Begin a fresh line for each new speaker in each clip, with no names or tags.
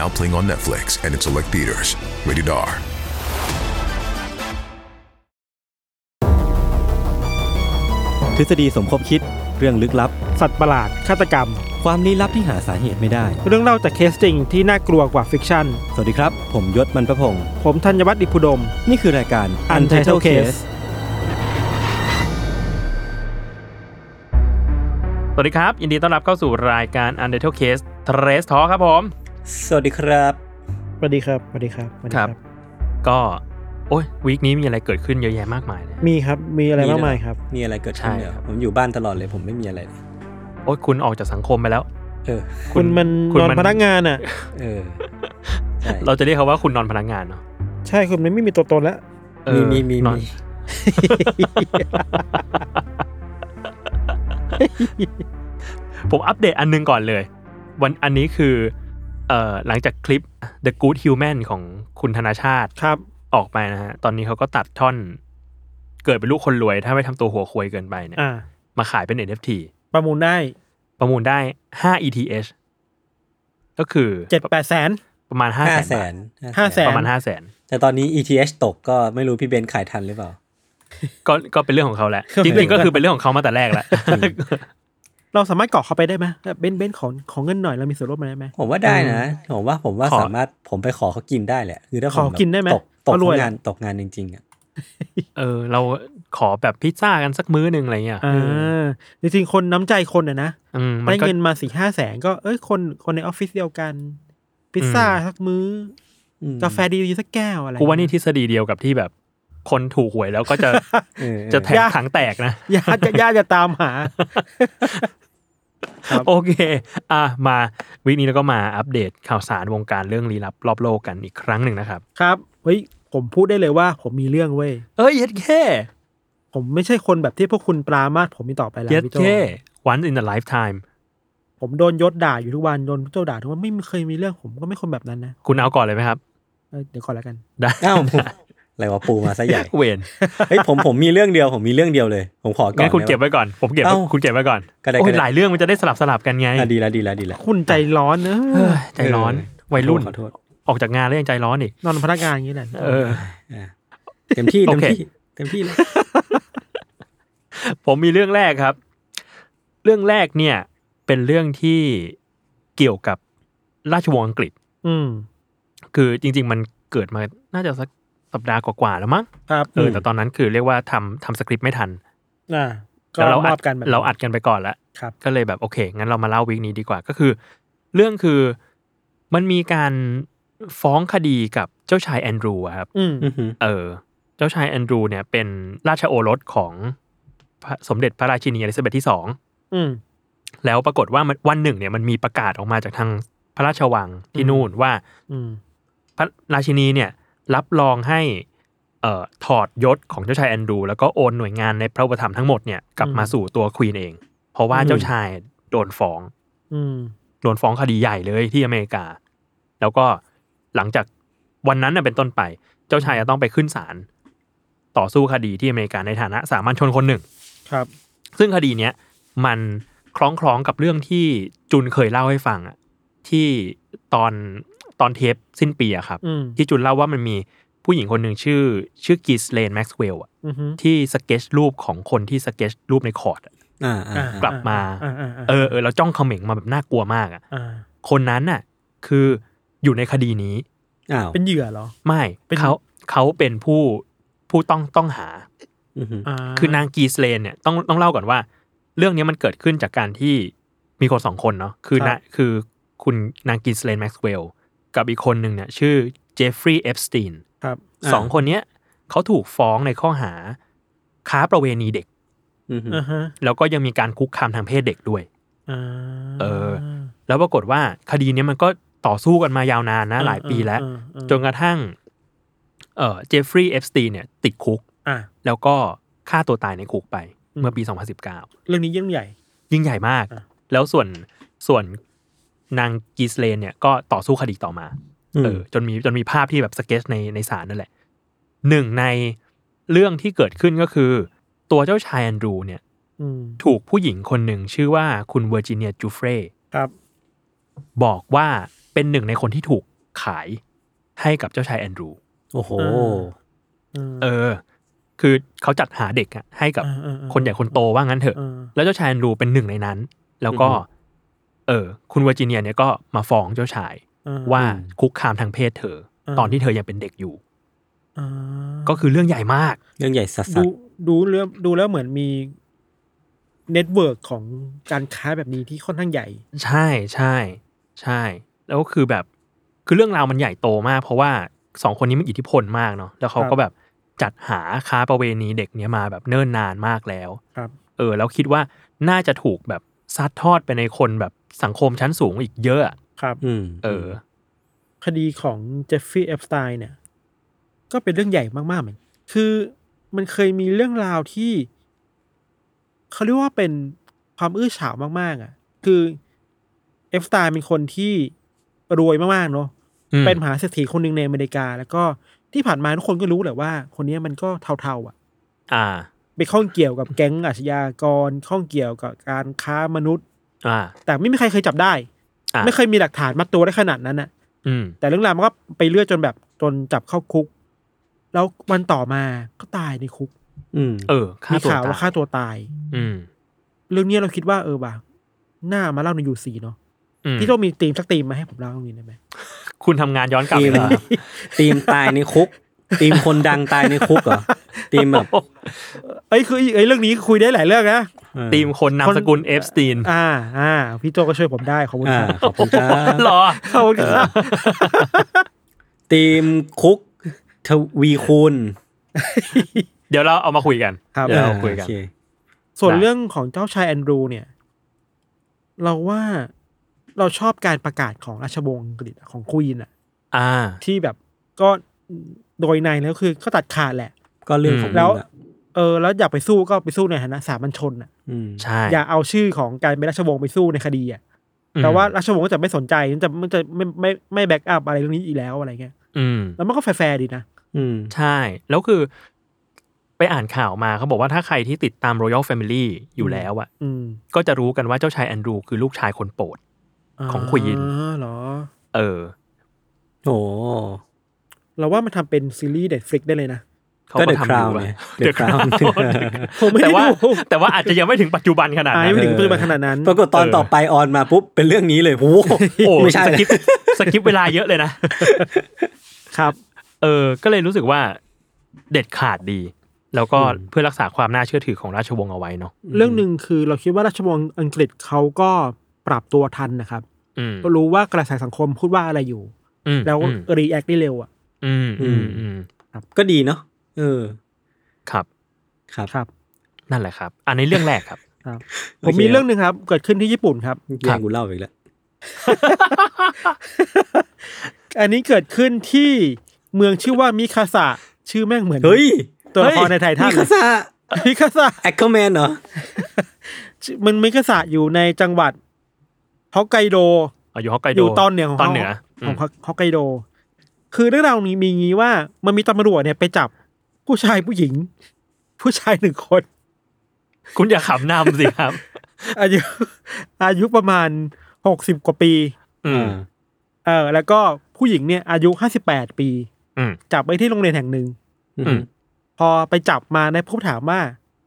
Now playing on Netflix and in select theaters. Rated R.
ทฤษฎีสมคบคิดเรื่องลึกลับ
สัตว์ประหลาด ฆาตกรรม
ความลี้ลับที่หาสาเหตุไม่ได้
เรื่องเล่าจากเคสจริงที่น่ากลัวกว่าฟิกชั่น
สวัสดีครับ ผมยศมันประพงศ์
ผมธัญวัฒน์อิพุดม
นี่คือรายการ
Untitled Case
สวัสดีครับ ยินดีต้อนรับเข้าสู่รายการ u n d e r t a l e Case Trace Talk ครับผม
สวัสดีครับ
สวัสดีครับสวัสดีครับสวัสดี
ครับ ก็ โอ้ยวีคนี้มีอะไรเกิดขึ้นเยอะแยะมากมายเลย
มีครับ มีอะไร
มีด้วย
มากมายครับ
มีอะไรเกิดขึ้น
ใช่
เดี๋ยว
ครับ
ผมอยู่บ้านตลอดเลยผมไม่มีอะไรเลย
โอ้ยคุณออกจากสังคมไปแล้ว
เออ
คุณมัน
คุณ
นอน
มัน
พนักงาน อ่ะ
เออใช่
เราจะเรียกเขาว่าคุณนอนพนักงานเนาะ
ใช่คุณมันไม่มีตัวตนแล้ว
เอ
มี
อ
มีมี
นอน
มี
ผมอัปเดตอันหนึงก่อนเลย วันอันนี้คือเอ่อหลังจากคลิป The Good Human ของคุณธนาชาติ
ครับ
ออกไปนะฮะ ตอนนี้เขาก็ตัดท่อน เกิดเป็นลูกคนรวย ถ้าไม่ทำตัวหัวควยเกินไปเนี่ย
อ่า
มาขายเป็น NFT
ประมูลได้
ประมูลได้ 5 ETH ก็คือ
เจ็ดแปดแสน
ประมาณ 5
ห้า
แส
แส
น
น
ห้าแส
บาทประมาณ 5 แสน
แต่ตอนนี้ ETH ตกก็ไม่รู้พี่เบนซ์ขายทันหรือเปล่า
ก็ก็เป็นเรื่องของเขาแหละ
ก็เป็
จ
น
ริงๆ ก็คือเป็นเรื่องของเขามาแต่แรกแล้ว
เราสามารถเกาะเขาไปได้ไหมแบบเบนเบนขอขอเงินหน่อยเรามีส่วนร่วมไหมไหม
ผมว่าได้นะผมว่าผมว่า
ขอ
สามารถผมไปขอเขากินได้แหละคือถ้าผ
ขอ
แบบ
กินได้ไหม
ตกตก
เขารวย
งานตกงานจริงๆอ่ะ
เออ เราขอแบบพิซซ่ากันสักมื้อหนึ่งอะไรเงี้ย
อ่าจริงๆคนน้ำใจคนอ่ะนะ
อืมมัน
ได้
ก็
เงินมาสี่ห้าแสนก็เอ้ยคนคนในออฟฟิศเดียวกัน พิซซ่า
อืม
สักมื้อ
อื
อ
ม
กาแฟดีๆสักแก้วอะไร
กูว่านี่ทฤษฎีเดียวกับที่แบบ คนถูกหวยแล้วก็จะ
เออเออ
จะแถมถังแตกนะ
ญา ติญาติจะตามหา ครับ
โอเค อ่ะมาวิกนี้แล้วก็มาอัปเดตข่าวสารวงการเรื่องลี้ลับรอบโลกกันอีกครั้งหนึ่งนะครับ
ครับเฮ้ยผมพูดได้เลยว่าผมมีเรื่องเว้ย
เอ้ยเย็ดแค่
ผมไม่ใช่คนแบบที่พวกคุณปรามาสผมมีกต่อไปแล้ว
เย็ด
พี่โจ
แค่ once in a lifetime
ผมโดนยศด่าอยู่ทุกวันโดนพี่โจด่าทุกวันไม่เคยมีเรื่องผมก็ไม่คนแบบนั้นนะ
คุณเอาก่อนเลยไหมครับ
เอ้ยเดี๋ยวก่อนแล้วกัน
ได้
อ้าวอะไรวะปูมาซะใหญ่
เวน
เฮ้ยผมผมมีเรื่องเดียวผมมีเรื่องเดียวเลย ผมขอก่อน
งั้นคุณ
ด้หม
เก็บไว้ก่อน ผมเก็บไว้
เอ้า
คุณเก็บไว้ก่อน
ก็ได้
โอ้
ก็
ย
ได้
หลายเรื่องมันจะได้สลับสลับกันไง
อ่ะดีแล้วดีแล้วดีแล้ว
คุณใจร้อนเอ
เฮ้
อ ย
ใจร้อนวัยรุ่น
ขอโทษ
ออกจากงานแล้วยังใจร้อนอีก
นอนพนักงานอย่างนี้แหละ
เออ
อ่ะเต็มที่
โอ
เต็ม
เค
ที่เต็มที่เลย
ผมมีเรื่องแรกครับ เรื่องแรกเนี่ย เป็นเรื่องที่เกี่ยวกับราชวงศ์อังกฤษ
อืม
คือจริง ๆ มันเกิดมาน่าจะสักสัปดาห์กว่าๆแล้วมั้ง
ครับ
เออแต่ตอนนั้นคือเรียกว่าทำทำสคริปต์ไม่ทัน
อ่าก็
แล้วเรา
ม
อั
อ
ด
บกันแบบ
เราอัดกันไปก่อนละ
ครับ
ก็เลยแบบโอเค งั้นเรามาเล่าวีคนี้ดีกว่าก็คือ เรื่องคือมันมีการฟ้องคดีกับเจ้าชายแอนดรูอะครับ
อืม
อื้อหือ
เออ เจ้าชายแอนดรูเนี่ยเป็นราชโอรสของพระสมเด็จพระราชินีอลิซาเบธที่สอง
อืม
แล้วปรากฏว่ามันวันหนึ่งเนี่ยมันมีประกาศออกมาจากทางพระราชวังที่นู่นว่า
อืม
พระราชินีเนี่ยรับรองให้เอ่อถอดยศของเจ้าชายแอนดรูแล้วก็โอนหน่วยงานในพระอุปถัมภ์ทั้งหมดเนี่ยกลับมาสู่ตัวควีนเอง เพราะว่าเจ้าชายโดนฟ้อง
อืม
โดนฟ้องคดีใหญ่เลยที่อเมริกา แล้วก็หลังจากวันนั้นน่ะเป็นต้นไป เจ้าชายจะต้องไปขึ้นศาลต่อสู้คดีที่อเมริกาในฐานะสามัญชนคนหนึ่ง
ครับ
ซึ่งคดีเนี้ยมันคล้องคล้องกับเรื่องที่จุนเคยเล่าให้ฟังอะที่ตอนตอนเทปสิ้นปีอะครับ
อืม
ที่จุนเล่าว่ามันมีผู้หญิงคนหนึ่งชื่อ ชื่อกิสเลนแม็กซ์เวลล์อะ
อือฮึ
ที่สเก็ตชรูปของคนที่สเก็ตชรูปในคอร์ดอะ
อ่าอ่า
อ่า
ลับมา
อ่าอ่าอ่า
เออเออแล้วจ้องเขม็งมาแบบน่ากลัวมากอะ
อ่า
คนนั้นน่ะคืออยู่ในคดีนี้
อ้าว
เป็นเหยื่อเหรอ
ไม่
เป็น
เขาเขาเป็นผู้ผู้ต้องต้องหา
อื้อหือ
อ่า
คือนางกีสเลนเนี่ยต้องต้องเล่าก่อนว่า เรื่องนี้มันเกิดขึ้นจากการที่มีคนสองคนเนาะคือนะคือคุณนางกีสเลนแม็กซ์เวลล์กับอีกคนหนึ่งเนี่ยชื่อเจฟฟรีย์เอฟสตีน
ครับ
า
สองคนเนี้ยเขาถูกฟ้องในข้อหา ค้าประเวณีเด็ก
อื้อหือ
อ่าฮะ
แล้วก็ยังมีการคุกคามทางเพศเด็กด้วย
อ่า
เออ แล้วปรากฏว่าคดีเนี้ยมันก็ ต่อสู้กันมายาวนานนะ หลายปีแล้ว
เออเออเออ
จนกระทั่งเอ่อเจฟฟรีย์เอฟสตีนเนี่ย ติดคุก
อ่ะ
แล้วก็ฆ่าตัวตายในคุกไป
อืม
เมื่อปี 2019
เรื่องนี้ยิ่งใหญ่
ยิ่งใหญ่มาก
อ่ะ
แล้วส่วนส่วนนางกีสเลนเนี่ยก็ต่อสู้คดีต่อมา
อืม
เออจนมีจนมีภาพที่แบบสเก็ตในในศาลนั่นแหละหนึ่งในเรื่องที่เกิดขึ้นก็คือ ตัวเจ้าชายแอนดรูเนี่ย
อืม
ถูกผู้หญิงคนหนึ่งชื่อว่าคุณเวอร์จิเนียจูเฟร
ครับ
บอกว่าเป็นหนึ่งในคนที่ถูกขายให้กับเจ้าชายแอนดรู
โอ้โห
เออ ม
เออ คือเขาจัดหาเด็กอะให้กับ
เออเออเออ
คนใหญ่คนโตว่างั้นเถอะ
เออ
แล้วเจ้าชายแอนดรูเป็นหนึ่งในนั้น แล้วก็
อืม
เออ คุณเวอร์จิเนียเนี่ยก็มาฟ้องเจ้าชาย
เออ
ว่าคุกคามทางเพศเธอ
อืม
ตอนที่เธอยังเป็นเด็กอยู่
อ่า
ก็คือเรื่องใหญ่มาก
เรื่องใหญ่สัส
ดู
ๆ
ดูเรื่องดูแล้วเหมือนมีเน็ตเวิร์กของการค้าแบบนี้ที่ค่อนข้างใหญ่
ใช่ใช่ใช่ แล้วก็คือแบบคือเรื่องราวมันใหญ่โตมาก เพราะว่าสองคนนี้มีอิทธิพลมากเนาะแล้วเขา
ครับ
ก็แบบจัดหาค้าประเวณีเด็กเนี้ยมาแบบเนิ่นนานมากแล้ว
ครับ
เออ แล้วคิดว่าน่าจะถูกแบบซัดทอดไปในคนแบบสังคมชั้นสูงอีกเยอะอะ
ครับ
อืม
เออ
คดีของเจฟฟี่เอฟสไตน์เนี่ย ก็เป็นเรื่องใหญ่มากๆเหมือน คือมันเคยมีเรื่องราวที่ เขาเรียกว่าเป็นความอื้อฉาวมาก ๆ อ่ะ คือเอฟสไตน์เป็นคนที่รวยมากๆเนาะ
อืม
เป็นมหาเศรษฐีคนหนึ่งในอเมริกา แล้วก็ที่ผ่านมาทุกคนก็รู้แหละว่า คนเนี้ยมันก็เทาๆอ่ะ
อ่า
ไปข้องเกี่ยวกับแก๊งอาชญากร ข้องเกี่ยวกับการค้ามนุษย์
อ่า
แต่ไม่มีใครเคยจับได้
อ่า
ไม่เคยมีหลักฐานมัดตัวได้ขนาดนั้นอ่ะ
อืม
แต่เรื่องราวมันก็ไปเรื่อยจนแบบจนจับเข้าคุก แล้ววันต่อมาก็ตายในคุก
อืม
เออฆ่า
มี
ตัว
ข่าว
ตา
ว่าย ฆ่าตัวตาย
อืม
เรื่องเนี้ยเราคิดว่าเออว่ะหน้ามาเล่าในยูซีเนาะ
อืม
ที่ต้องมีธีมสักธีมมาให้ผมเล่าตรงนี้ได้ไหม
คุณทำงานย้อนกลับ
ทีม
เลยเหรอ
ทีมตายในคุกทีมคนดังตายในคุกเหรอทีมแบบ
เอ้ยคือเอ้ยเรื่องนี้คุยได้หลายเรื่องนะ
ทีมคนนามสกุลเอฟสตีน
อ่าอ่าพี่โจก็ช่วยผมได้ขอบคุณ
อ่า
ครับ
ขอบคุณครับ
หรอ
ขอบคุณครับ
ทีมคุกทวีคูณ
เดี๋ยวเราเอามาคุยกัน
ครับ
เดี๋ยวเราคุยกัน
โอเ
ส่วน
ได้
เรื่องของเจ้าชายแอนดรูเนี่ย เราว่าเราชอบการประกาศของราชวงศ์อังกฤษของควีนอะ
อ่า
ที่แบบก็โดยในแล้วคือก็ตัดขาดแหละ
ก็เรื่องของ
อืม
แล้ว
มึงอะ
เออแล้วอยากไปสู้ก็ไปสู้ในฐานะสามัญชนอ่ะ
อืม
ใช่
อย่าเอาชื่อของการเป็นราชวงศ์ไปสู้ในคดีอ่ะ
อืม
แต่ว่าราชวงศ์ก็จะไม่สนใจมันจะมันจะไม่ไม่ไม่แบ็กอัพอะไรเรื่องนี้อีกแล้วอะไรเงี้ย
อืม
แล้วมันก็แฟร์ๆดีนะ
อืม
ใช่ แล้วคือไปอ่านข่าวมาเขาบอกว่าถ้าใครที่ติดตาม Royal Family อยู่แล้วอะ
อืม
ก็จะรู้กันว่าเจ้าชายแอนดรูคือลูกชายคนโปรด ของ Queen
อ๋อเหรอ
เออ
โอ้
เราว่ามันทำเป็นซีรีส์เด็ดฟลิกได้ เลยนะ
เขา
ก็
ก็
The
ทำ
Crown
อยู่อะ
ไง
The
The Crown
Crown
ผมไม่
แต่
ได้
ว่า
ดู
แต่ว่าอาจจะยังไม่ถึงปัจจุบันขนาด
อ่า
นั้
ยัง
น
ไม่ถึงปัจจุบันขนาดนั้น
ปรากฏตอน
เออ
ต่อไปออนมาปุ๊บ เป็นเรื่องนี้เลยโอ้โห
โอ้
ไม่ใช่
ส
นะ
กิปสกิปเวลาเยอะเลยนะ
ครับ
เออ ก็เลยรู้สึกว่าเด็ดขาดดี แล้วก็เพื่อรักษาความน่าเชื่อถือของราชวงศ์เอาไว้เนาะ
เรื่องหนึ่งคือเราคิดว่าราชวงศ์อังกฤษเขาก็ปรับตัวทันนะครับ
อืม
ก็รู้ว่ากระแสสังคมพูดว่าอะไรอยู่
อืม
แล้ว
อืม
รีแอคได้เร็วอ่ะ
อืมอืมอืม
ก็ดีเนาะเออ
ครับ
ครับ
ครับ
นั่นแหละครับ อันนี้เรื่องแรกครับ
ผมมีเรื่องหนึ่งครับ เกิดขึ้นที่ญี่ปุ่นครับ
แย่งกูเล่าอีกแล้ว
อันนี้เกิดขึ้นที่เมืองชื่อว่ามิคาสะชื่อแม่งเหมือน
เฮ้ย
ตัวละครในไททัน
คาซา
มิคาสะ
แอคเคอร์แมนเหรอ
ชื่อมันมิคาสะอยู่ในจังหวัดฮอกไกโด
อายู่ฮอกไกโด
อยู่ตอนเหนือของ
ตอนเหนือ
ข
อื
อง
ม
ฮอกไกโด คือเรื่องราวนี้มีงี้ว่ามันมีตำรวจเนี่ยไปจับผู้ชายผู้หญิง ผู้ชายหนึ่งคน
คุณอย่าขำนำสิครับ
อายุ อายุประมาณหกสิบกว่าปี
อืม
เออแล้วก็ผู้หญิงเนี่ยอายุห้าสิบแปดปี
อืม
จับไว้ที่โรงเรียนแห่งหนึ่ง
อืม
พอไปจับมาในผู้ถามว่า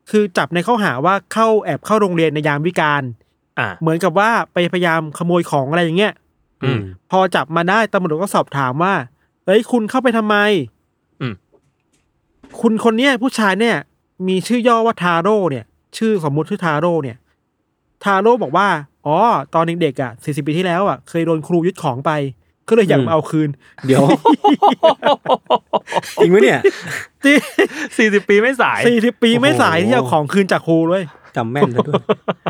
คือจับในข้อหาว่าเข้าแอบเข้าโรงเรียนในยามวิการ
อ่า
เหมือนกับว่าไปพยายามขโมยของอะไรอย่างเงี้ย
อืม
พอจับมาได้ตำรวจก็สอบถามว่าเอ้ยคุณเข้าไปทำไม
อืม
คุณคนเนี้ยผู้ชายเนี่ย มีชื่อย่อว่าทาโร่เนี่ย ชื่อสมมติชื่อทาโร่เนี่ย ทาโร่บอกว่าอ๋อตอนเด็กๆอ่ะสี่สิบปีที่แล้วอ่ะเคยโดนครูยึดของไป ก็เลยอยาก
อืม
มาเอาคืน
เดี๋ยว จริงไหมเนี่ย
ที่
สี่สิบปีไม่สาย
สี่สิบปีไม่สายที่เอาของคืนจากครูเลย
จำแม่นซะด้วย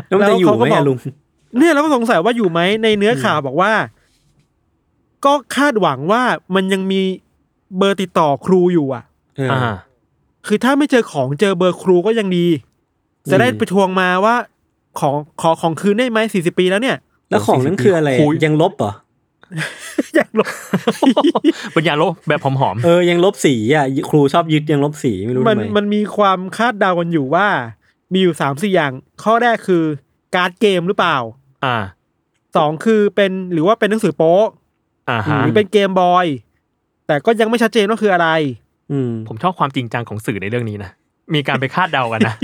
แล้วมันจะอยู่ไหมอะลุง
เนี่ยเราก็สงสัยว่าอยู่ไหมในเนื้อข่าวบอกว่า ก็คาดหวังว่ามันยังมีเบอร์ติดต่อครูอยู่อ่ะ
เอออ
อ่า
คือถ้าไม่เจอของเจอเบอร์ครูก็ยังดี จะได้ไปทวงมาว่า ของขอของคืนได้ไหมสี่สิบปีแล้วเนี่ย
แล้วของนั้นคืออะไร
คุย
ยังลบเหรอ
อยากลบ
ปัญญาลบแบบหอม
เออ ยังลบสีอ่ะ ครูชอบยึดยังลบสีไม่รู้
มั
ทำ
น
ไม
มันมีความคาดเดากันอยู่ว่า มีอยู่สามสี่อย่าง ข้อแรกคือการ์ดเกมหรือเปล่า
ๆอ่า
สองคือเป็นหรือว่าเป็นหนังสือโป๊ะ
อ่าฮะ
หรือเป็นเกมบอย แต่ก็ยังไม่ชัดเจนว่าคืออะไร
อืม
ผมชอบความจริงจังของสื่อในเรื่องนี้นะ มีการไปคาดเดากันนะ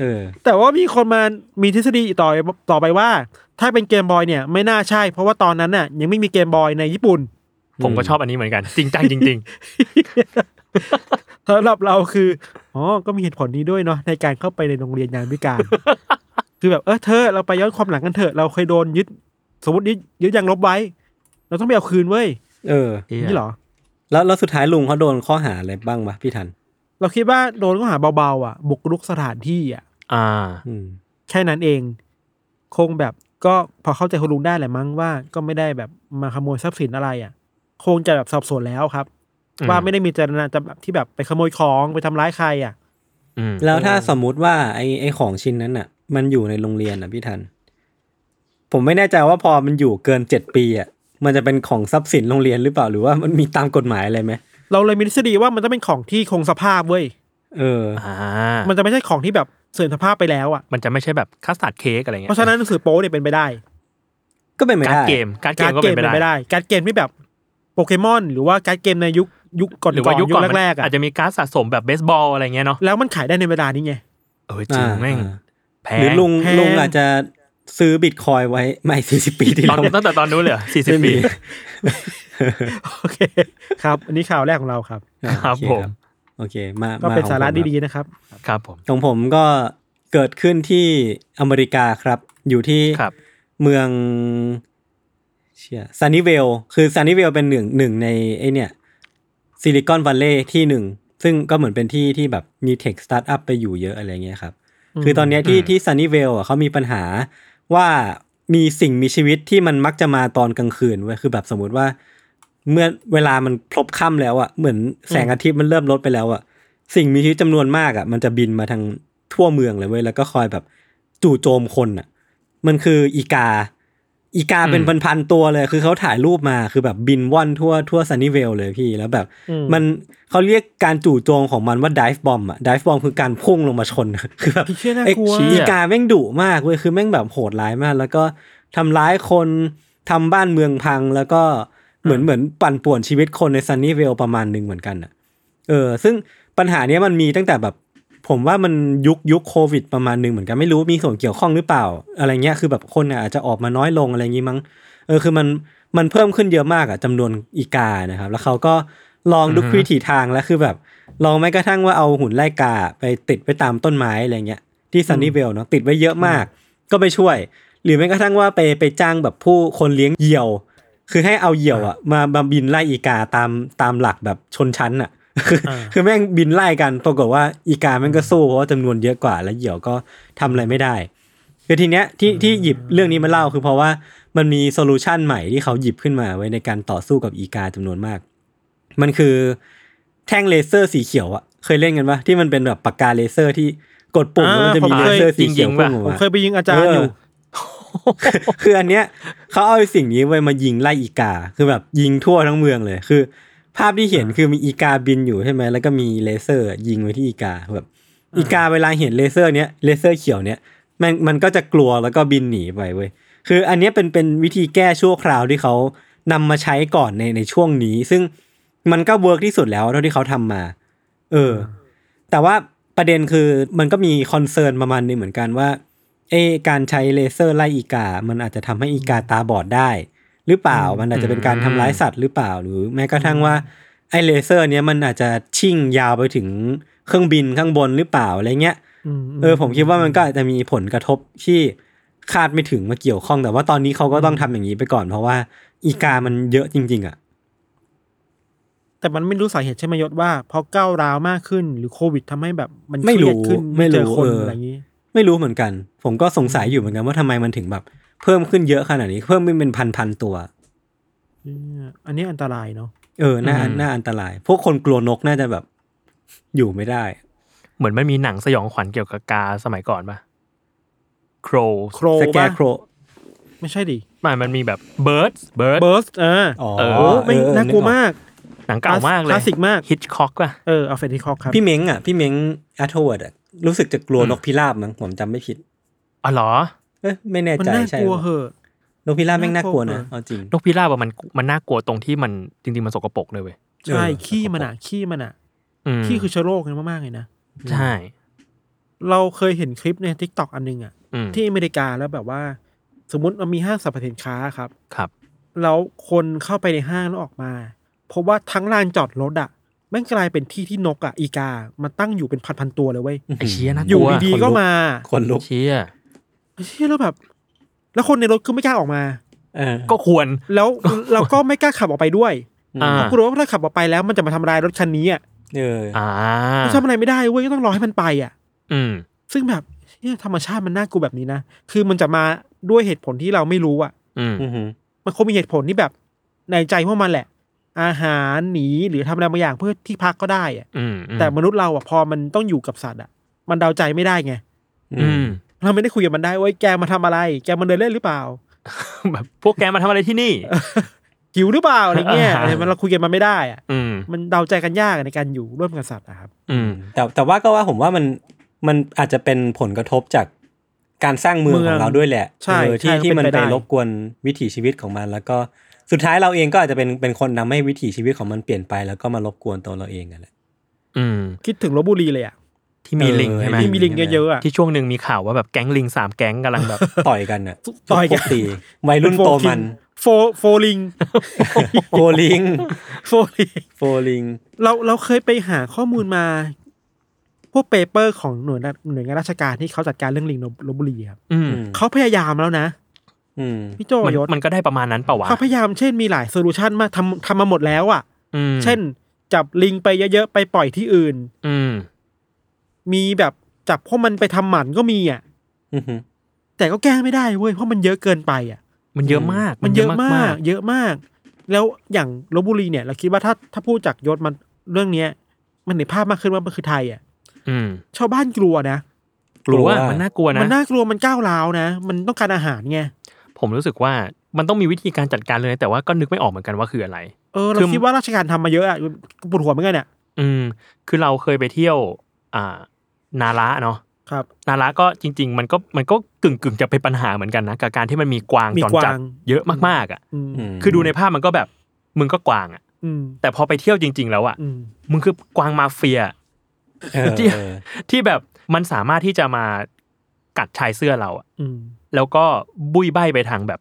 เออ
แต่ว่ามีคนมามีทฤษฎีต่อต่อไปว่า ถ้าเป็นเกมบอยเนี่ยไม่น่าใช่ เพราะว่าตอนนั้นน่ะ ยังไม่มีเกมบอยในญี่ปุ่น
ผมก็ชอบอันนี้เหมือนกัน จริงจังจริง
สำหรับเราคืออ๋อก็มีเหตุผลนี้ด้วยเนาะในการเข้าไปในโรงเรียนยามวิ การ คือแบบเออเธอเราไปย้อนความหลังกันเถอะเราเคยโดนยึด สมมติยึดยึดยางลบไว้ เราต้องไปเอาคืนเว้ย
เออ
ๆเหี้ย
นี่เหรอ
แล้วแล้วสุดท้ายลุงเขาโดนข้อหาอะไรบ้างปะพี่ทัน
เราคิดว่าโดนข้อหาเบาๆอ่ะ บุกรุกสถานที่อ่ะ
อ่า
อืม
แค่นั้นเอง คงแบบก็พอเข้าใจคุณลุงได้แหละมั้งว่า ก็ไม่ได้แบบมาขโมยทรัพย์สินอะไรอ่ะ คงจะแบบสอบสวนแล้วครับ
อืม
ว่าไม่ได้มีเจตนาจะแบบที่แบบไปขโมยของไปทำร้ายใครอ่ะ
อืม
แล้วถ้าสมมุติว่าไอไอของชิ้นนั้นอ่ะ มันอยู่ในโรงเรียนอ่ะพี่ทัน ผมไม่แน่ใจว่าพอมันอยู่เกินเจ็ดปีอ่ะมันจะเป็นของทรัพย์สินโรงเรียนหรือเปล่าหรือว่ามันมีตามกฎหมายอะไรไหม
เราเลยมีทฤษฎีว่ามันต้องเป็นของที่คงสภาพเว้ย
เออ
อ่า
มันจะไม่ใช่ของที่แบบเสื่อมสภาพไปแล้วอ่ะ
มันจะไม่ใช่แบบคัสตาร์ดเค้กอะไรเงี้ย
เพราะฉะนั้นหนังสือโป๊เนี่ยเป็นไปได้
ก็เป็นไม่
การ์ด
ได้
เกม การ์ดเก
การ
ม
ด
ก็
เก
เป็
ม
น
เป็น
ไป
ไป
ได้
ได้ การดเกมที่แบบโปเกมอน หรือว่าการดเกมในยุคยุคก่อน
หรือว่ายุคก่อนมัน
แรกๆอ่ะ
อาจจะมีการ์ดสะสมแบบเบสบอลอะไรเงี้ยเนาะ
แล้วมันขายได้ในเวลานี้ไง
เออจริงแม่ง
อ่า
แพ
หรืองลุง
แพง
ลุงอาจจะซื้อบิตคอยน์ไว้ไม่สี่สิบปีที่
ตอน
แล้ว
ตั้งแต่ตอนนู้นเลยสี่สิบ
ไม่มี
ปี
โอเค ครับอันนี้ข่าวแรกของเราครับ
ครับ
โอเ
ผม
โอเค มา
ก็เป็น
ม
สาระ
ของผมครับ
ดีๆนะครับ
ครับผม
ของผมก็เกิดขึ้นที่อเมริกาครับ อยู่ที่
ครับ
เมืองเชี่ยซันนิเวล คือซันนิเวลเป็นหนึ่งหนึ่งในไอเนี่ยซิลิคอนวัลเลย์ที่หนึ่ง ซึ่งก็เหมือนเป็นที่ที่แบบมีเทคสตาร์ทอัพไปอยู่เยอะอะไรเงี้ยครับ คือตอนเนี้ยที่ที่ซันนิเวลอ่ะเขามีปัญหาว่ามีสิ่งมีชีวิตที่มันมักจะมาตอนกลางคืนเว้ยคือแบบสมมติว่า เมื่อเวลามันพลบค่ำแล้วอ่ะเหมือนแสงอาทิตย์มันเริ่มลดไปแล้วอ่ะ สิ่งมีชีวิตจำนวนมากอ่ะมันจะบินมาทางทั่วเมืองเลยเว้ยแล้วก็คอยแบบจู่โจมคนอ่ะ มันคืออีกา อีกาเป็นพันๆตัวเลย คือเขาถ่ายรูปมาคือแบบบินว่อนทั่วทั่วซันนิเวลเลยพี่แล้วแบบ
อืม
มันเขาเรียกการจู่โจมของมันว่าดิฟบอมอ่ะดิฟบอมคือการพุ่งลงมาชน คือแบบ
พี่เชื่อน่า
ไอ้
กลัว
ชีอีกาแม่งดุมากเว้ยคือแม่งแบบโหดร้ายมาก แล้วก็ทำร้ายคนทำบ้านเมืองพัง แล้วก็เหมือนเหมือนปั่นป่วนชีวิตคนในซันนี่เวลประมาณหนึ่งเหมือนกันอ่ะ เออ ซึ่งปัญหาเนี้ยมันมีตั้งแต่แบบ ผมว่ามันยุคยุคโควิดประมาณหนึ่งเหมือนกันไม่รู้มีส่วนเกี่ยวข้องหรือเปล่า อะไรเงี้ยคือแบบคนน่ะอาจจะออกมาน้อยลงอะไรอย่างงี้มั้ง เออคือมันมันเพิ่มขึ้นเยอะมากอะจำนวนอีกานะครับ แล้วเขาก็ลองทุกวิถีทางแล้วคือแบบลองแม้กระทั่งว่าเอาหุ่นไล่กาไปติดไปตามต้นไม้อะไรเงี้ยที่ซันนี่เวลเนาะติดไว้เยอะมาก ก็ไปช่วย หรือแม้กระทั่งว่าไปไปจ้างแบบผู้คนเลี้ยงเหยี่ยว คือให้เอาเหยี่ยวอะมามาบินไล่อีกาตามตามหลักแบบชนชั้นอะ คือ
อ่า
คือแม่งบินไล่กันปรากฏว่าอีกาแม่งก็สู้เพราะว่าจำนวนเยอะกว่าแล้วเหยี่ยวก็ทำอะไรไม่ได้ คือทีเนี้ยที่ที่หยิบเรื่องนี้มาเล่าคือเพราะว่ามันมีโซลูชันใหม่ที่เขาหยิบขึ้นมาไว้ในการต่อสู้กับอีกาจำนวนมาก มันคือแท่งเลเซอร์สีเขียวอะเคยเล่นกันปะที่มันเป็นแบบปากกาเลเซอร์ที่กดปุ่มแล้วมันจะมี
อ่าผม
เล
เคย
เซอร์สีเขียวพุ่งออก
ผม
มา
เคยไปยิงอาจารย์อยู่
เคือ อันเนี้ยเขาเอาไอ้สิ่งนี้ไว้มายิงไล่อีกา คือแบบยิงทั่วทั้งเมืองเลย คือ ภาพที่เห็นคือมีอีกาบินอยู่ใช่ไหมแล้วก็มีเลเซอร์ยิงไปที่อีกาแบบอีกาเวลาเห็นเลเซอร์เนี้ยเลเซอร์เขียวเนี้ยมันมันก็จะกลัวแล้วก็บินหนีไปเว้ยคืออันเนี้ยเป็นเป็นวิธีแก้ชั่วคราวที่เขานำมาใช้ก่อนในในช่วงนี้ ซึ่งมันก็เวิร์กที่สุดแล้วเท่าที่เขาทำมา เออ แต่ว่าประเด็นคือมันก็มีคอนเซิร์นประมาณนึงเหมือนกันว่า เอะการใช้เลเซอร์ไล่อีกา มันอาจจะทำให้อีกาตาบอดได้ หรือเปล่า มันอาจจะเป็นการทำร้ายสัตว์หรือเปล่า หรือแม้กระทั่งว่าไอเลเซอร์ เนี้ยมันอาจจะชิ่งยาวไปถึงเครื่องบินข้างบนหรือเปล่าอะไรเงี้ย
ม
เออผมคิดว่ามันก็อาจจะมีผลกระทบที่คาดไม่ถึงมาเกี่ยวข้อง แต่ว่าตอนนี้เขาก็ต้องทำอย่างนี้ไปก่อน เพราะว่าอีกามันเยอะจริง ๆ อ่ะ
แต่มันไม่รู้สาเหตุใช่ไหมยศว่าเพราะก้าวร้าวมากขึ้น หรือโควิดทำให้แบบมัน
ไม่รู้
เคยดขึ้น
ไม่รู้
เจอคน
เอออ
อะไรอย่างนี้
ไม่รู้เหมือนกัน ผมก็สงสัยอยู่เหมือนกันว่าทำไมมันถึงแบบ เพิ่มขึ้นเยอะขนาดนี้ เพิ่มขึ้นเป็นพันๆตัว
เนี่ยอันนี้อันตรายเนาะ
เออน่า
อืม
น่าอันตราย พวกคนกลัวนกน่าจะแบบ อยู่ไม่ได้
เหมือนไม่มีหนังสยองขวัญเกี่ยวกับกาสมัยก่อนปะโคร
โคร
สแก
ป่ะ
ร์โคร
ไม่ใช่ดิ
มันมันมีแบบเบิร์ดเบิร์ด
เบิร์สเออ
อ๋อ
เออ
โอ้ไม่ง
เออ
น่ากลัวมาก
หนังเก่ามากเลย
คลาสสิกมาก
ฮิตคอกป่ะ
เออเอาเฟรนดี้คอกครับ
พี่เม้งอ่ะ พี่เม้งอัทเวิร์ดอ่ะ รู้สึกจะกลัว
อืม
นกพิราบมั้งผมจำไม่ผิด
อ๋อเหรอ
เอ๊ะไม่แน่
มัน
ใจ
น่า
ใช่
กลัว
ปะ
เหอะ
นกพิราบแม่งน่ากลัวนะ
น่ากลัว
เอาจริง
นกพิราบอะมันมันน่ากลัวตรงที่มันจริงๆมันสกปรกเลยเว้ย
ใช่
เออ
ขี้มันอ่ะขี้มันอ่ะ
ม
ขี้คือเชื้อโรคเนี่ยมากๆเลยนะ
ใช่
เราเคยเห็นคลิปในทิกตอกอันหนึงอ่ะ
อืม
ที่อเมริกาแล้วแบบว่า สมมติมันมีห้างสรรพสินค้าครับ
ครับ
แล้วคนเข้าไปในห้างแล้วออกมาพบว่าทั้งลานจอดรถอ่ะแม่งกลายเป็นที่ที่นกอ่ะอีกามันตั้งอยู่เป็นพันๆตัวเลยเว้ย
ไอ้เชี่ยน่าก
อ
ลั
ยู่
ว
ดีๆก็มา
คนลุก
เชี่ย
ไอ้เชี่ยแล้วแบบ แล้วคนในรถก็ไม่กล้าออกมา
เออ
ก็ควร
แล้วเราก็ไม่กล้าขับออกไปด้วย
อ่า
เพราะกลัวว่าถ้าขับออกไปแล้วมันจะมาทำลายรถคันนี้อ่ะ
เอออ
อ่า
มันทำอะไรไม่ได้เว้ยก็ต้องรอให้มันไปอ่ะ
อืม
ซึ่งแบบเชี่ยธรรมชาติมันน่ากลัวแบบนี้นะ คือมันจะมาด้วยเหตุผลที่เราไม่รู้อ่ะ
อืม
อือหือ
มันคงมีเหตุผลที่แบบในใจพวกมันแหละ อาหารหนีหรือทำอะไรบางอย่างเพื่อที่พักก็ได้อะ
อืมอืม
แต่มนุษย์เราอ่ะพอมันต้องอยู่กับสัตว์อ่ะ มันเดาใจไม่ได้ไง
อืม
เราไม่ได้คุยกับมันได้ว่าแกมาทำอะไร แกมาเดินเล่นหรือเปล่า
แบบพวกแกมาทำอะไรที่นี่
หิวหรือเปล่าอะไรเงี้ย
อ่า
อะไรมันเราคุยกันมันไม่ได้อ่ะ
อืม
มันเดาใจกันยากในการอยู่ร่วมกับสัตว์นะครับ
อืม
แต่แต่ว่าก็ว่าผมว่ามันมันอาจจะเป็นผลกระทบจากการสร้างเมือง
เมื
ข
อง
องเราด้วยแหละ
ใช่
เออที่
ใช่
ที่มัน
เป็น
ไป
ไปได้
รบกวนวิถีชีวิตของมัน แล้วก็สุดท้ายเราเองก็อาจจะเป็นเป็นคนนำให้วิถีชีวิตของมันเปลี่ยนไป แล้วก็มารบกวนตัวเราเองกันแหละ
อืม
คิดถึงลบบุรีเลยอ่ะ
ที่มี
เออ
ลิงใช่ไหม
ที่มีลิง
ใช่ไหม
เยอะๆอ่ะ
ที่ช่วงหนึ่งมีข่าวว่าแบบแก๊งลิงสามแก๊งกำลัง แบบ
ต่อยกันอ่ะ
ต่อยกัน
พวตีวัยรุ่นโตมัน
โฟโฟลิง
โฟลิง
โฟลิง
โฟลิง
เราเราเคยไปหาข้อมูลมา พวกเปเปอร์ของหน่วยราหน่วยงานราชการที่เขาจัดการเรื่องลิงลบบุรีครับ
อืม
อืม
เขาพยายามแล้วนะ
อืม
พี่โจ
มัน
ยศ
มันก็ได้ประมาณนั้นเปล่าวะ
เขาพยายามเช่นมีหลายโซลูชันมากทำทำมาหมดแล้วอ่ะ
อืม
เช่น จับลิงไปเยอะๆ ไปปล่อยที่อื่น
อืม
มีแบบจับพวกมันไปทำหมันก็มีอ่ะ
อือหือ
แต่ก็แก้ไม่ได้เว้ยเพราะมันเยอะเกินไปอ่ะ
มันเยอะมาก
มันเยอะมาก
ๆ
เยอะมาก แล้วอย่างลบบุรีเนี่ยเราคิดว่าถ้าถ้าพูดจากยศมันเรื่องเนี้ย มันเห็นภาพมากขึ้นว่ามันคือไทยอ่ะ
อืม
ชาวบ้านกลัวนะ
กลัว
กลัว
มันน่ากลัวนะ
มันน่ากลัวมันก้าวร้าวนะ มันต้องการอาหารไง
ผมรู้สึกว่ามันต้องมีวิธีการจัดการเลยนะแต่ว่าก็นึกไม่ออกเหมือนกันว่าคืออะไร
เออเรา
คือ
คิดว่าราชการทำมาเยอะอะปวดหัวเหมือนกันเนี่ย
อืม คือเราเคยไปเที่ยว อ่า นาระเนาะ
ครับ
นาระก็จริง ๆ มันก็มันก็กึ่งกึ่งๆจะเป็นปัญหาเหมือนกันนะกับการที่มันมีกวาง
มี
จร
กวาง
จัดเยอะมากๆอ่ะ
อืม
อืม
คือดูในภาพมันก็แบบมึงก็กวางอ่ะ
อืม
แต่พอไปเที่ยวจริง ๆ แล้วอ่ะ
อืม
มึงคือกวางมาเฟีย
เออ
ที่
เออ
ที่แบบมันสามารถที่จะมากัดชายเสื้อเราอะ
อืม
แล้วก็บุยใบไปทางแบบ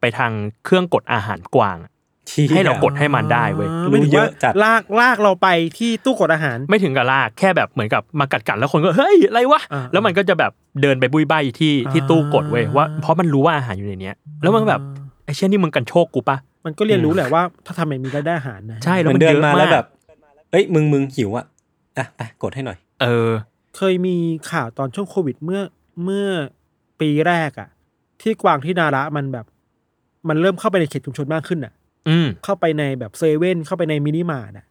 ไปทางเครื่องกดอาหารกวางอะ
ชี่ย
ให้เรากด ให้มันได้เว้ย
อ่าไม่ถึงว่า
รู้เยอะจัด
ลากลากเราไปที่ตู้กดอาหาร
ไม่ถึงกับลากแค่แบบเหมือนกับมากัดกันแล้วคนก็เฮ้ยอะไรวะ
อ่า
แล้วมันก็จะแบบเดินไปบุยใบที่ที่
อ่า
ตู้กดเว้ยว่าเพราะมันรู้ว่าอาหารอยู่ในเนี้ย แล้วมันก็แบบไอ้เช่นนี่มึงกันโชคกูปะ
มันก็เรียนรู้แหละว่า ถ้าทำแบบนี้แล้วได้อาหารนะ
ใช่
เห
แล้ว
มือ
มันน
เดิ
เย
นมาม
อะาก
แล้วแบบเอ้ยมึงมึงหิวอ่ะอ่ะไปกดให้หน่อย
เออ
เคยมีข่าวตอนช่วงโควิดเมื่อเมื่อปีแรกอ่ะ ที่กวางที่นาระมันแบบ มันเริ่มเข้าไปในเขตชุมชนมากขึ้นอ่ะ
อืม
เข้าไปในแบบเซเว่นเข้าไปในมินิมาร์ทอ่ะ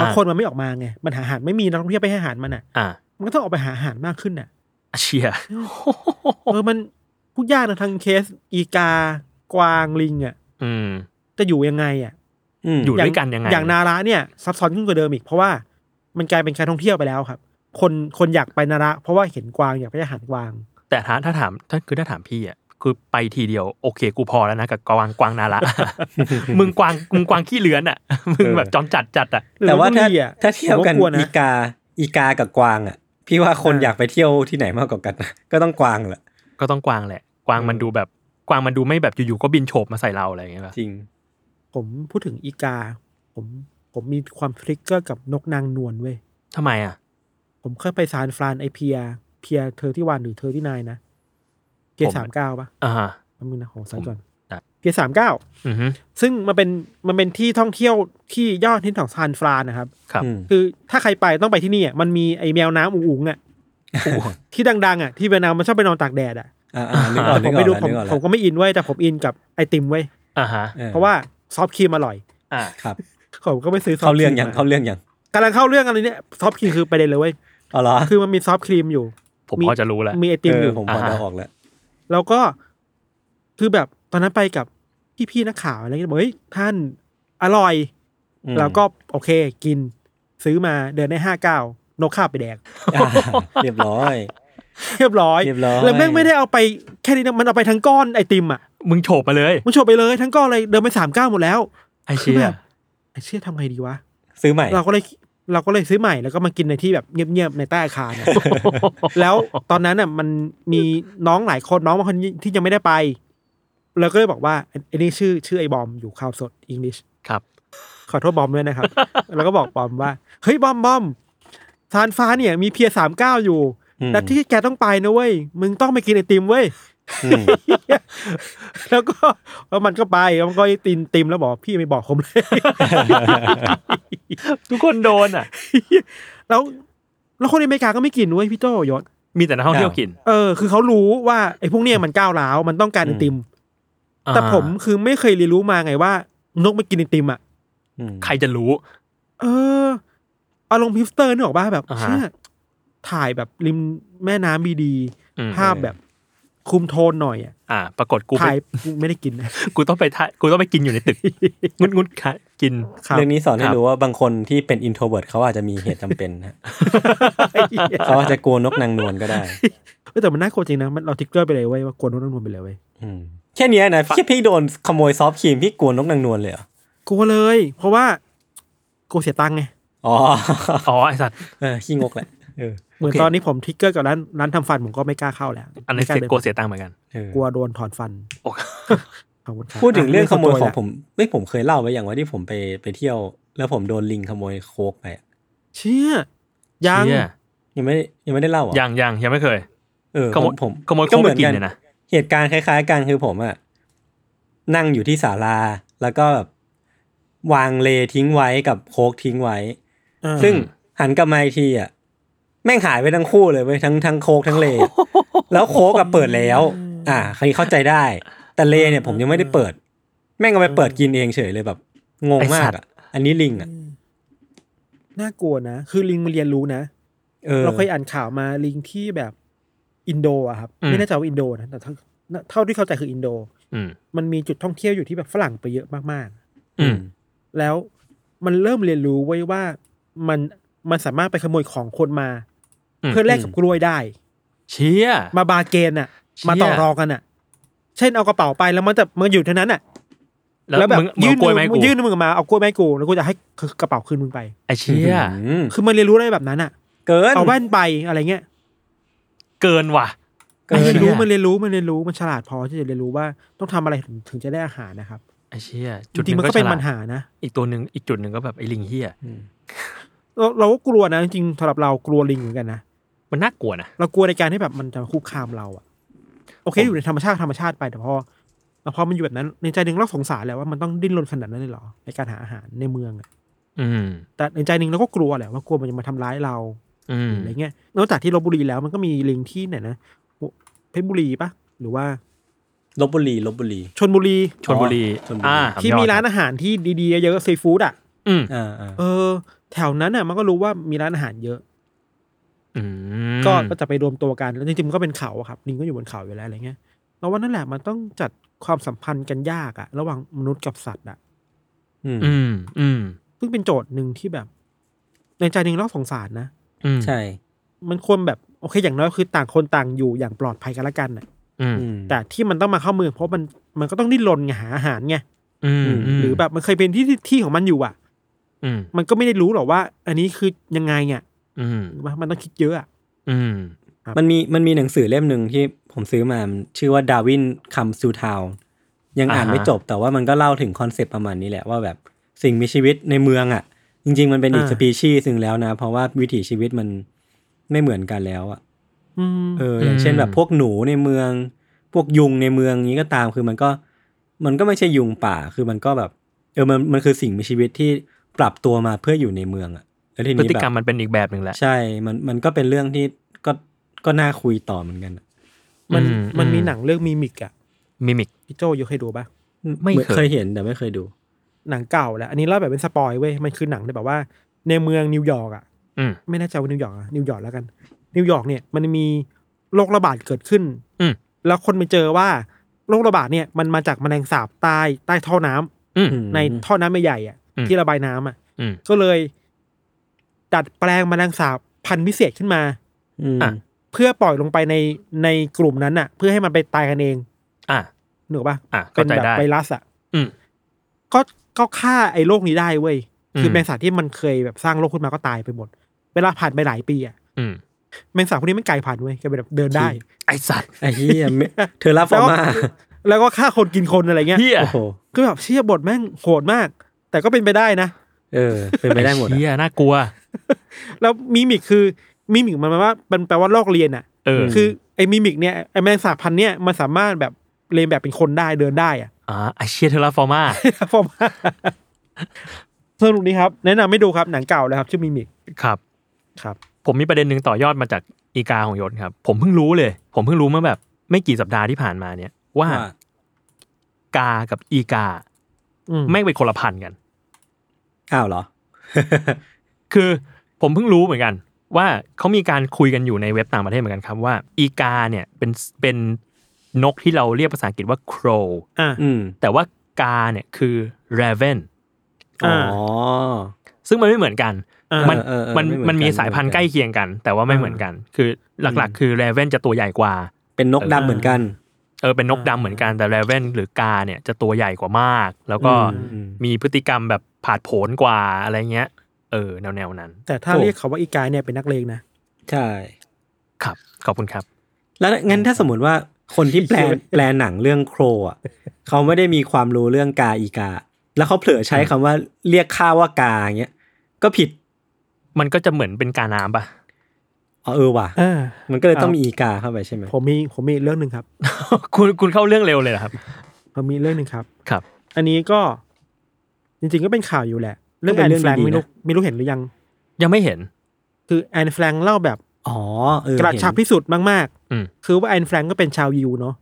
เพราะคนมันไม่ออกมาไงมันหาอาหารไม่มีนักท่องเที่ยวไปให้อาหารมันอ่ะ
อ่ะ
มันก็ต้องออกไปหาอาหารมากขึ้นน่ะ
เชีย
เออ มันพูดยากนะทางเคสอีกา กวางลิงอ่ะ
อืม
จะอยู่ยังไงอ่ะ
อืม
อยู่ด้วยกันยังไง
อย่างนาระเนี่ยซับซ้อนขึ้นกว่าเดิมอีก เพราะว่ามันกลายเป็นการท่องเที่ยวไปแล้วครับ คนคนอยากไปนาระ เพราะว่าเห็นกวางอยากไปอาหารกวาง
แต่ถ้าถ้าถามถ้าคือถ้าถามพี่อ่ะคือไปทีเดียวโอเคกูพอแล้วนะกับกวางกวางนาระ มึงกวางมึงกวางขี้เลือนอ่ะ มึงแบบจอนจัดจัดอ่ะ
แต่ว่าถ้า
หรือลพบุรีอะ
ถ้าเทียบกัน
ผมกลัวนะ
อีกาอีกากับกวางอ่ะ พี่ว่าคน
อ่า
อยากไปเที่ยวที่ไหนมากกว่ากันนะ ก็ต้องกวางแหละ
ก็ต้องกวางแหละ กวางมันดูแบบกวางมันดูไม่แบบอยู่ๆก็บินโฉบมาใส่เราอะไรอย่างเงี้ยป่ะ
จริง
ผมพูดถึงอีกา ผมผมมีความทริกเกอร์กับนกนางนวลเว้ย
ทำไมอ่ะ
ผมเคยไปซานฟรานไอเพีย เพียเธอที่วันหรือเธอที่นายนะเพีย
ผม
สามเก้าปะ
อ่าฮะ
มันมีนะของซันก่อน
อ่ะ
เพียสามเก้า
อือฮึ
ซึ่งมันเป็นมันเป็นที่ท่องเที่ยวที่ยอดฮิตของซานฟรานนะครับ
ครับ
อืม
คือถ้าใครไปต้องไปที่นี่อ่ะมันมีไอแมวน้ำอุ๋งๆอ่ะ ที่ดังๆอ่ะที่เวียดนามมันชอบไปนอนตากแดดอ่ะ
อ่าอ่านึกออก
ผ
นึ
ม
กอ
ไม่
อก
ดู
แล้ว
ผม
นึกออก
ผ
แล้
ม
ว
ก็ไม่อินเว้ยแต่ผมอินกับไอติมเว้ย
อ่าฮะ
ออ
เพราะว่า ซอฟต์ครีมอร่อย
อ่า
ครับ
ผมก็ไปซื้อซอฟ
เข้า
ต์ครี
เรื่อง
ม
ยังเข้าเรื่องยัง
กำลังเข้าเรื่องอะไรเนี่ยซอฟต์ครีมคือประเด็น เลยเว้ย
เอาเหรอ
คือมันมีซอฟต์ครีมอยู่
ผม
มี
พอจะรู้แล้ว
มีไอติมอยู่
เผมพอจะ
อ่า
ออกแล้ว
แล้วก็คือแบบตอนนั้นไปกับพี่ๆนักข่าวอะไรเงี้ยบอกเฮ้ยท่านอร่อย
อืม
แล้วก็โอเคกินซื้อมาเดินได้ห้าเก้าวนกข้าบไปแดก
อ่า เรียบร้อย
เรียบร้อย
เรียบร้อย
แล้วแม่งไม่ได้เอาไปแค่นี้นะมันเอาไปทั้งก้อนไอติมอ่ะ
มึงโฉบมาเลย
มันโชว์ไปเลยทั้งก้อนเลยเดินไปสามเก้าวหมดแล้ว
ไอเชีย
ไอเชี่ยทำไงดีวะ
ซื้อใหม่
เราก็เลยเราก็เลยซื้อใหม่แล้วก็มากินในที่แบบเงียบๆในใต้อาคารอะ แล้วตอนนั้นอ่ะมันมีน้องหลายคนน้องบางคนที่ยังไม่ได้ไปเราก็เลยบอกว่าไอ้นี่ชื่อชื่อไอ้บอมอยู่ข่าวสดอังกฤษ
ครับ
ขอโทษบอมด้วยนะครับ แล้วก็บอกบอมว่าเฮ้ยบอมบอมซานฟ้าเนี่ย มีเพียสามเก้าอยู่
อืม
แต่ที่แกต้องไปนะเว้ย มึงต้องไปกินไอติมเว้ย
อืม
แล้วก็แล้วมันก็ไปแล้วมันก็ไอติมติมแล้วบอกพี่ไม่บอกผมเลย
ทุกคนโดนอ่ะ
แล้วแล้วคนในอเมริกาก็ไม่กินเว้ยพี่โตยศ
มีแต่นักท่องเที่ยวกิน
เออคือเขารู้ว่าไอพวกเนี่ยมันก้าวร้าวมันต้องการไอติม แต่ผมคือไม่เคยเรียนรู้มาไงว่า นกมากินไอติมอ่ะ
อืม
ใครจะรู้
เอออารมณ์พิฟสเตอร์นี่ออกบ้าแบบ
อ่าฮะ
เชื่อถ่ายแบบริมแม่น้ำดี
อืม
ๆภาพแบบคุมโทนหน่อยอ่ะ
อ่า ปรากฏกูไป
ถ่ายไม่ได้กินนะ
กูต้องไปท่ากูต้องไปกินอยู่ในตึก งุดงุดค่ะกิน
ครับ
เรื่องนี้สอนให้
ครับ
รู้ว่าบางคนที่เป็นอินโทรเ r ิร์เขาอาจจะมีเหตุจำเป็น นะเขาอาจจะกลัวนกนางนวลก็ได้
เออแต่มันน่ากลัวจริงนะมันเราทิกเกอร์ไปเลยเว้ยว่ากลัวนกนางนวลไปเลยเว้ย
อืมแค่เนี้ย นะพี่พี่โดนขโมยซอฟต์ครีมพี่กลัวนกนางนวลเลยเหรอก
ลัวเลย เพราะว่ากลัวเสียตังค์ไง
อ๋อ
อ๋อไอสัตว์
เออขี้งกแหละเออ
เหมือนตอนนี้ผมทิกเกอร์กับร้านร้านทำฟันผมก็ไม่กล้าเข้าแล้ว
อันนี้นเสร็จ
ไม่
กลัว
เดิน
เสียตังค์เหมือนกัน
เออก
ลัวโดนถอนฟัน
โอเค
ขอบคุณครับ
พูดถึงเรื่องขโมยของ
ะ
ผมไม่ผมเคยเล่าไว้อย่างว่าที่ผมไปไปเที่ยว แล้วผมโดนลิงขโมยโค้กไปอะ
เชี่ยยัง
เชี่ย
ยังไม่ได้ยังไม่ได้เล่าเหรอ่ะ
ยังยังยังไม่เคย
เออ
ขโมย
ผม
ขโมยโค้
ห
ก
อ
ไปกินเนี่ยนะ
เหตุการณ์คล้ายๆกันคือผมอะนั่งอยู่ที่ศาลาแล้วก็แบบวางเลทิ้งไว้กับโค้กทิ้งไว้
อ่า
ซึ่งหันกลับมาอีกทีอ่ะแม่งหายไปทั้งคู่เลยเว้ยทั้งทั้งโคก ทั้งเล แล้วโคกกับเปิดแล้ว อ่าใครเข้าใจได้ แต่เลเนี่ยผมยังไม่ได้เปิด แม่งเอาไปเปิดกินเองเฉยเลยแบบงงมากอ่ะอันนี้ลิงอ่ะ
น่ากลัวนะ คือลิงมันเรียนรู้นะ
เออ
เราเคยอ่านข่าวมาลิงที่แบบอินโดอะครับ
อืม
ไม่แน่ใจว่าอินโดนะแต่เท่าเท่าที่เข้าใจคืออินโด
อืม
มันมีจุดท่องเที่ยวอยู่ที่แบบฝรั่งไปเยอะมากๆ
อืม
แล้วมันเริ่มเรียนรู้ไว้ยว่ามันมันสามารถไปขโมยของคนมา
อืม
เพื่อแลกกับกล้วยได้
เชีย
มาบาร์เกนน่ะ
เชี่ย
มาต่อรองกันน่ะ เช่นเอากระเป๋าไปแล้วมันจะมันอยู่เท่านั้นน่ะ
แล้วแบบยื่นกล้วยไหม
มือ
กู
ยื่นมือมาเอากล้วยไมาให้กูแล้วกูจะให้กระเป๋าคืนมึงไป
ไอเชีย
อืม
คือมันเรียนรู้อะไรแบบนั้นน่ะ
เกิน
เอาแว่นไปอะไรเงี้ย
เกินว่ะ
เกิ
มันเรีย
น
นรู้
เชี่ย
มันเรียนรู้มันเรียนรู้มันฉลาดพอที่จะเรียนรู้ว่าต้องทำอะไรถึงถึงจะได้อาหารนะครับ
ไอเชีย
จ
จุดห
ริงๆ
ง
มันก็เป็น
ฉลาด
ปัญหานะ
อีกตัวหนึ่งอีกจุดหนึ่งก็แบบไอลิงเฮีย
เราเราก็กลัวนะจริงๆสำหรับเรากลัวลิงเหมือนกันนะ
มันน่ากลัวนะ
เรากลัวในการที่แบบมันจะคุกคามเราอะโอเคอยู่ในธรรมชาติธรรมชาติไปแต่พอแต่พอมันอยู่แบบนั้น ในใจหนึ่งเราสงสารแหละว่ามันต้องดิ้นรนขนาดนั้นเลยเหรอในการหาอาหารในเมืองอะ
อืม
แต่ในใจหนึ่งเราก็กลัวแหละว่ากลัวมันจะมาทำร้ายเรา
อืม
อะไรเงี้ยนอกจากที่ลบบุรีแล้วมันก็มีลิงที่ไหนนะเพชรบุรีปะหรือว่า
ลบบุรีลบบุรี
ชนบุรี
ชนบุรี
ชลบุรี
อ่า
ที่มีร้านอาหารที่ดีๆเยอะๆซีฟู้ดอ่ะ
อืม
อ่าอ่า
เออ แถวนั้นอ่ะมันก็รู้ว่ามีร้านอาหารเยอะ
อืม
ก็ก็จะไปรวมตัวกันแล้วจริงๆมันก็เป็นเขาอะครับลิงก็อยู่บนเขาอยู่แล้วอะไรเงี้ยแล้ววันนั้นแหละมันต้องจัดความสัมพันธ์กันยากอะระหว่างมนุษย์กับสัตว์อะ
อืม
อืม อืม
ซึ่งเป็นโจทย์หนึ่งที่แบบ ในใจหนึ่งเราสงสารนะ
อืม
ใช่
มันควรแบบโอเคอย่างน้อยคือต่างคนต่างอยู่อย่างปลอดภัยกันละกันอะ
อืม
อืม
แต่ที่มันต้องมาเข้าเมืองเพราะมันมันก็ต้องดิ้นรนไงหาอาหารไง
อืมม
หรือแบบมันเคยเป็นที่ที่ที่ของมันอยู่อะ
อืม
มันก็ไม่ได้รู้หรอกว่า อันนี้คือยังไงอะ
อืม
ว่ามันต้องคิดเยอะอะ
อืม
ครับ
มันมีมันมีหนังสือเล่มหนึ่งที่ผมซื้อมามันชื่อว่าดาวินคัมซูทาวยังอ่าน
อ่าฮะ
ไม่จบแต่ว่ามันก็เล่าถึงคอนเซปต์ประมาณนี้แหละว่าแบบสิ่งมีชีวิตในเมืองอ่ะ จริง ๆ มันเป็นอีก
อ่า
สปีชีส์หนึ่งแล้วนะ เพราะว่าวิถีชีวิตมันไม่เหมือนกันแล้วอ่ะ
อืม
เอออย่างเช่นแบบพวกหนูในเมือง พวกยุงในเมืองนี้ก็ตามคือมันก็มันก็ไม่ใช่ยุงป่าคือมันก็แบบเออมันมันคือสิ่งมีชีวิตที่ปรับตัวมาเพื่ออยู่ในเมืองอ่ะแล้วที
พฤ
นี้
ติ
แบ
กรรม
บ
มันเป็นอีกแบบหนึ่งแหละ
ใช่มันมันก็เป็นเรื่องที่ก็ก็น่าคุยต่อเหมือนกันอะ
มัน
อืม
มันมี
อืม
หนังเรื่องมีมิกอะ
มิมิก
พี่โจยกให้ดูปะ
ไม่
หอน
เคย
เห็นแต่ไม่เคยดู
หนังเก่าแหละอันนี้เล่าแบบเป็นสปอยเว้ยมันคือหนังที่แบบว่า ในเมืองนิวยอร์กอ่ะ
อืม
ไม่แน่ใจว่านิวยอร์กอะนิวยอร์กแล้วกัน นิวยอร์กเนี่ยมันมีโรคระบาดเกิดขึ้น
อืม
แล้วคนไปเจอว่าโรคระบาดเนี่ยมันมาจากแมลงสาบใต้ใต้ท่อน้ำ
อืม
ในท่อน้ำใหญ่ๆอ่ะ
อืม
ที่ระบายน้ำอ่ะ
อืม
ก็เลยดัดแปลงแมลงสาบพันธุ์พิเศษขึ้นมา
อืม
อ่ะ
เพื่อปล่อยลงไปในในกลุ่มนั้นอ่ะ เพื่อให้มันไปตายกันเอง
อ่ะ
หนูป่ะ
อ่ะ
เป็
เข้าน ใจ
แบบ
ได้
ไวรัสอ่ะ
อืม
ก็ก็ฆ่าไอ้โรคนี้ได้เว้ยคืออ
ม
แมลงสาบที่มันเคยแบบสร้างโรคขึ้นมาก็ตายไปหมด เวลาผ่านไปหลายปีอ่ะ
อืม
แมงสาบพวกนี้ไม่ไกลผ่านเว้ยแกเป็นแบบเดินได้
ไอสัตว์
ไอ้เหี้ยเมเธอรับฟอ
แล้ว
ร์มา
แล้วก็ฆ่าคนกินคนอะไรเงี้ย
เฮีย
โอ้โห
ก็แบบเชี่ยบทแม่งโหดมาก แต่ก็เป็นไปได้นะ
เออ เป็นไปได้หมด
เฮี
อะ
ยน่ากลัว
แล้วมิมิกคือมิมิกมันแปลว่ามันแปลว่าลอกเรียนอ่ะ
เออ
คือไอ้มิมิกเนี่ยไอ้แมงสาบพันธุ์เนี่ยมันสามารถแบบเรียนแบบเป็นคนได้เดินได้อ่ะ
อ่าไอเชียเทอร์ฟอร์มา
ฟอร์มสรุปนี้ครับ แนะนำไม่ดูครับหนังเก่าแล้วครับชื่อมิมิก
ครับ
ครับ
ผมมีประเด็นหนึ่งต่อยอดมาจากอีกาของยศครับ ผมเพิ่งรู้เลย ผมเพิ่งรู้เมื่อแบบ ไม่กี่สัปดาห์ที่ผ่านมาเนี่ย ว่า
ว่าก
ากับอีกา
อืม
แม่งเป็นคนละพันธุ์กัน
อ้าวเหรอ
คือผมเพิ่งรู้เหมือนกัน ว่าเขามีการคุยกันอยู่ในเว็บต่างประเทศเหมือนกันครับว่าอีกาเนี่ยเป็นเป็นนกที่เราเรียกภาษาอังกฤษว่า crow
อ่า
อืม
แต่ว่ากาเนี่ยคือ raven
อ๋
อ่า
อ
ซึ่งมันไม่เหมือนกัน
อ่ามั
มัน
เออเออ
มัน
ไม่เหมือนกัน
มันมีสายพันธุ์
ไม่เหมือนกัน
ใกล้เคียงกัน แต่ว่าไม่เหมือนกัน คือหลักๆ คือ raven จะตัวใหญ่กว่า
เป็นนกดำเหมือนกัน
เออเป็นนกดำเหมือนกันแต่แรเวนหรือกาเนี่ยจะตัวใหญ่กว่ามาก แล้วก็
อืมอืม
มีพฤติกรรมแบบผาดโผนกว่าอะไรเงี้ย เออแนวแนวๆนั้น
แต่ถ้า
โอ้
เรียกเขาว่าอีกายเนี่ยเป็นนักเลงนะ
ใช่
ครับ ขอบคุณครับ
แล้วงั้นถ้าสมมติว่าคนที่แปลแปลหนังเรื่องโครอ่ะเขาไม่ได้มีความรู้เรื่องกาอีกา แล้วเขาเผลอใช้คำว่าเรียกข้าว่ากาอย่างเงี้ยก็ผิด
มันก็จะเหมือนเป็นกาน้ำปะ
อ๋อเออว่ะ
อ่า
มันก็เลยต้อง
เอามี
มีอีกาเข้าไปใช่ไหม
ผมมีผมมีอีกเรื่องหนึ่งครับ
คุณคุณเข้าเรื่องเร็วเลยเหรอครับ
ผมมีเรื่องหนึ่งครับ
ครับ
อันนี้ก็จริงๆก็เป็นข่าวอยู่แหละ เรื่องแอนแฟรงค์ไม่รู้ไม่รู้เห็นหรือยัง
ยังไม่เห็น
คือแอนแฟรงค์เล่าแบบ
อ๋อเออก
ระชับ
เห็น
ที่สุดมาก
อืม
คือว่าแอนแฟรงค์ก็เป็นชาวยิวเนาะ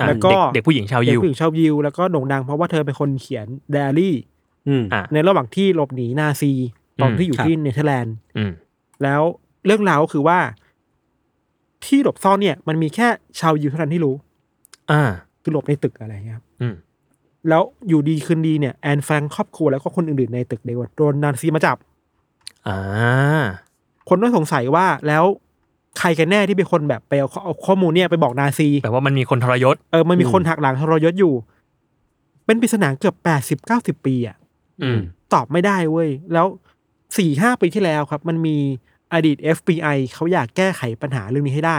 อ่ะ
แล้วก็
เด็กเด็กผู้หญิงชาว
เป็น
ยิว
ผู้หญิงชาวยิวแล้วก็โด่งดังเพราะว่าเธอเป็นคนเขียนไดอารี่
อืม
อ่ะ
ในระหว่างที่หลบหนีนาซี ตอน
อืม
ที่อยู่
ครับ
ที่เนเธอร์แลนด์
อืม
แล้วเรื่องราวก็คือว่า ที่หลบซ่อนเนี่ย มันมีแค่ชาวยิวเท่านั้นที่รู้
อ่า
คือหลบในตึกอะไรอย่างเงี้ยครับ
อืม
แล้วอยู่ดีคืนดีเนี่ยแอนแฟรงค์ครอบครัวแล้วก็คนอื่นๆในตึกเดียวโดนนาซีมาจับ
อ่า
คนก็สงสัยว่าแล้วใครกันแน่ที่เป็นคนแบบไปเอาข้อเอาข้อมูลเนี่ยไปบอกนาซี
แปลว่ามันมีคนทรยศ
เออมันมี
อืม
คนหักหลังทรยศอยู่ เป็นปริศนาเกือบแปดสิบเก้าสิบปีอ่ะ
อืม
ตอบไม่ได้เว้ย แล้วสี่ห้าปีที่แล้วครับ มันมีอดีต FBI เขาอยากแก้ไขปัญหาเรื่องนี้ให้ได้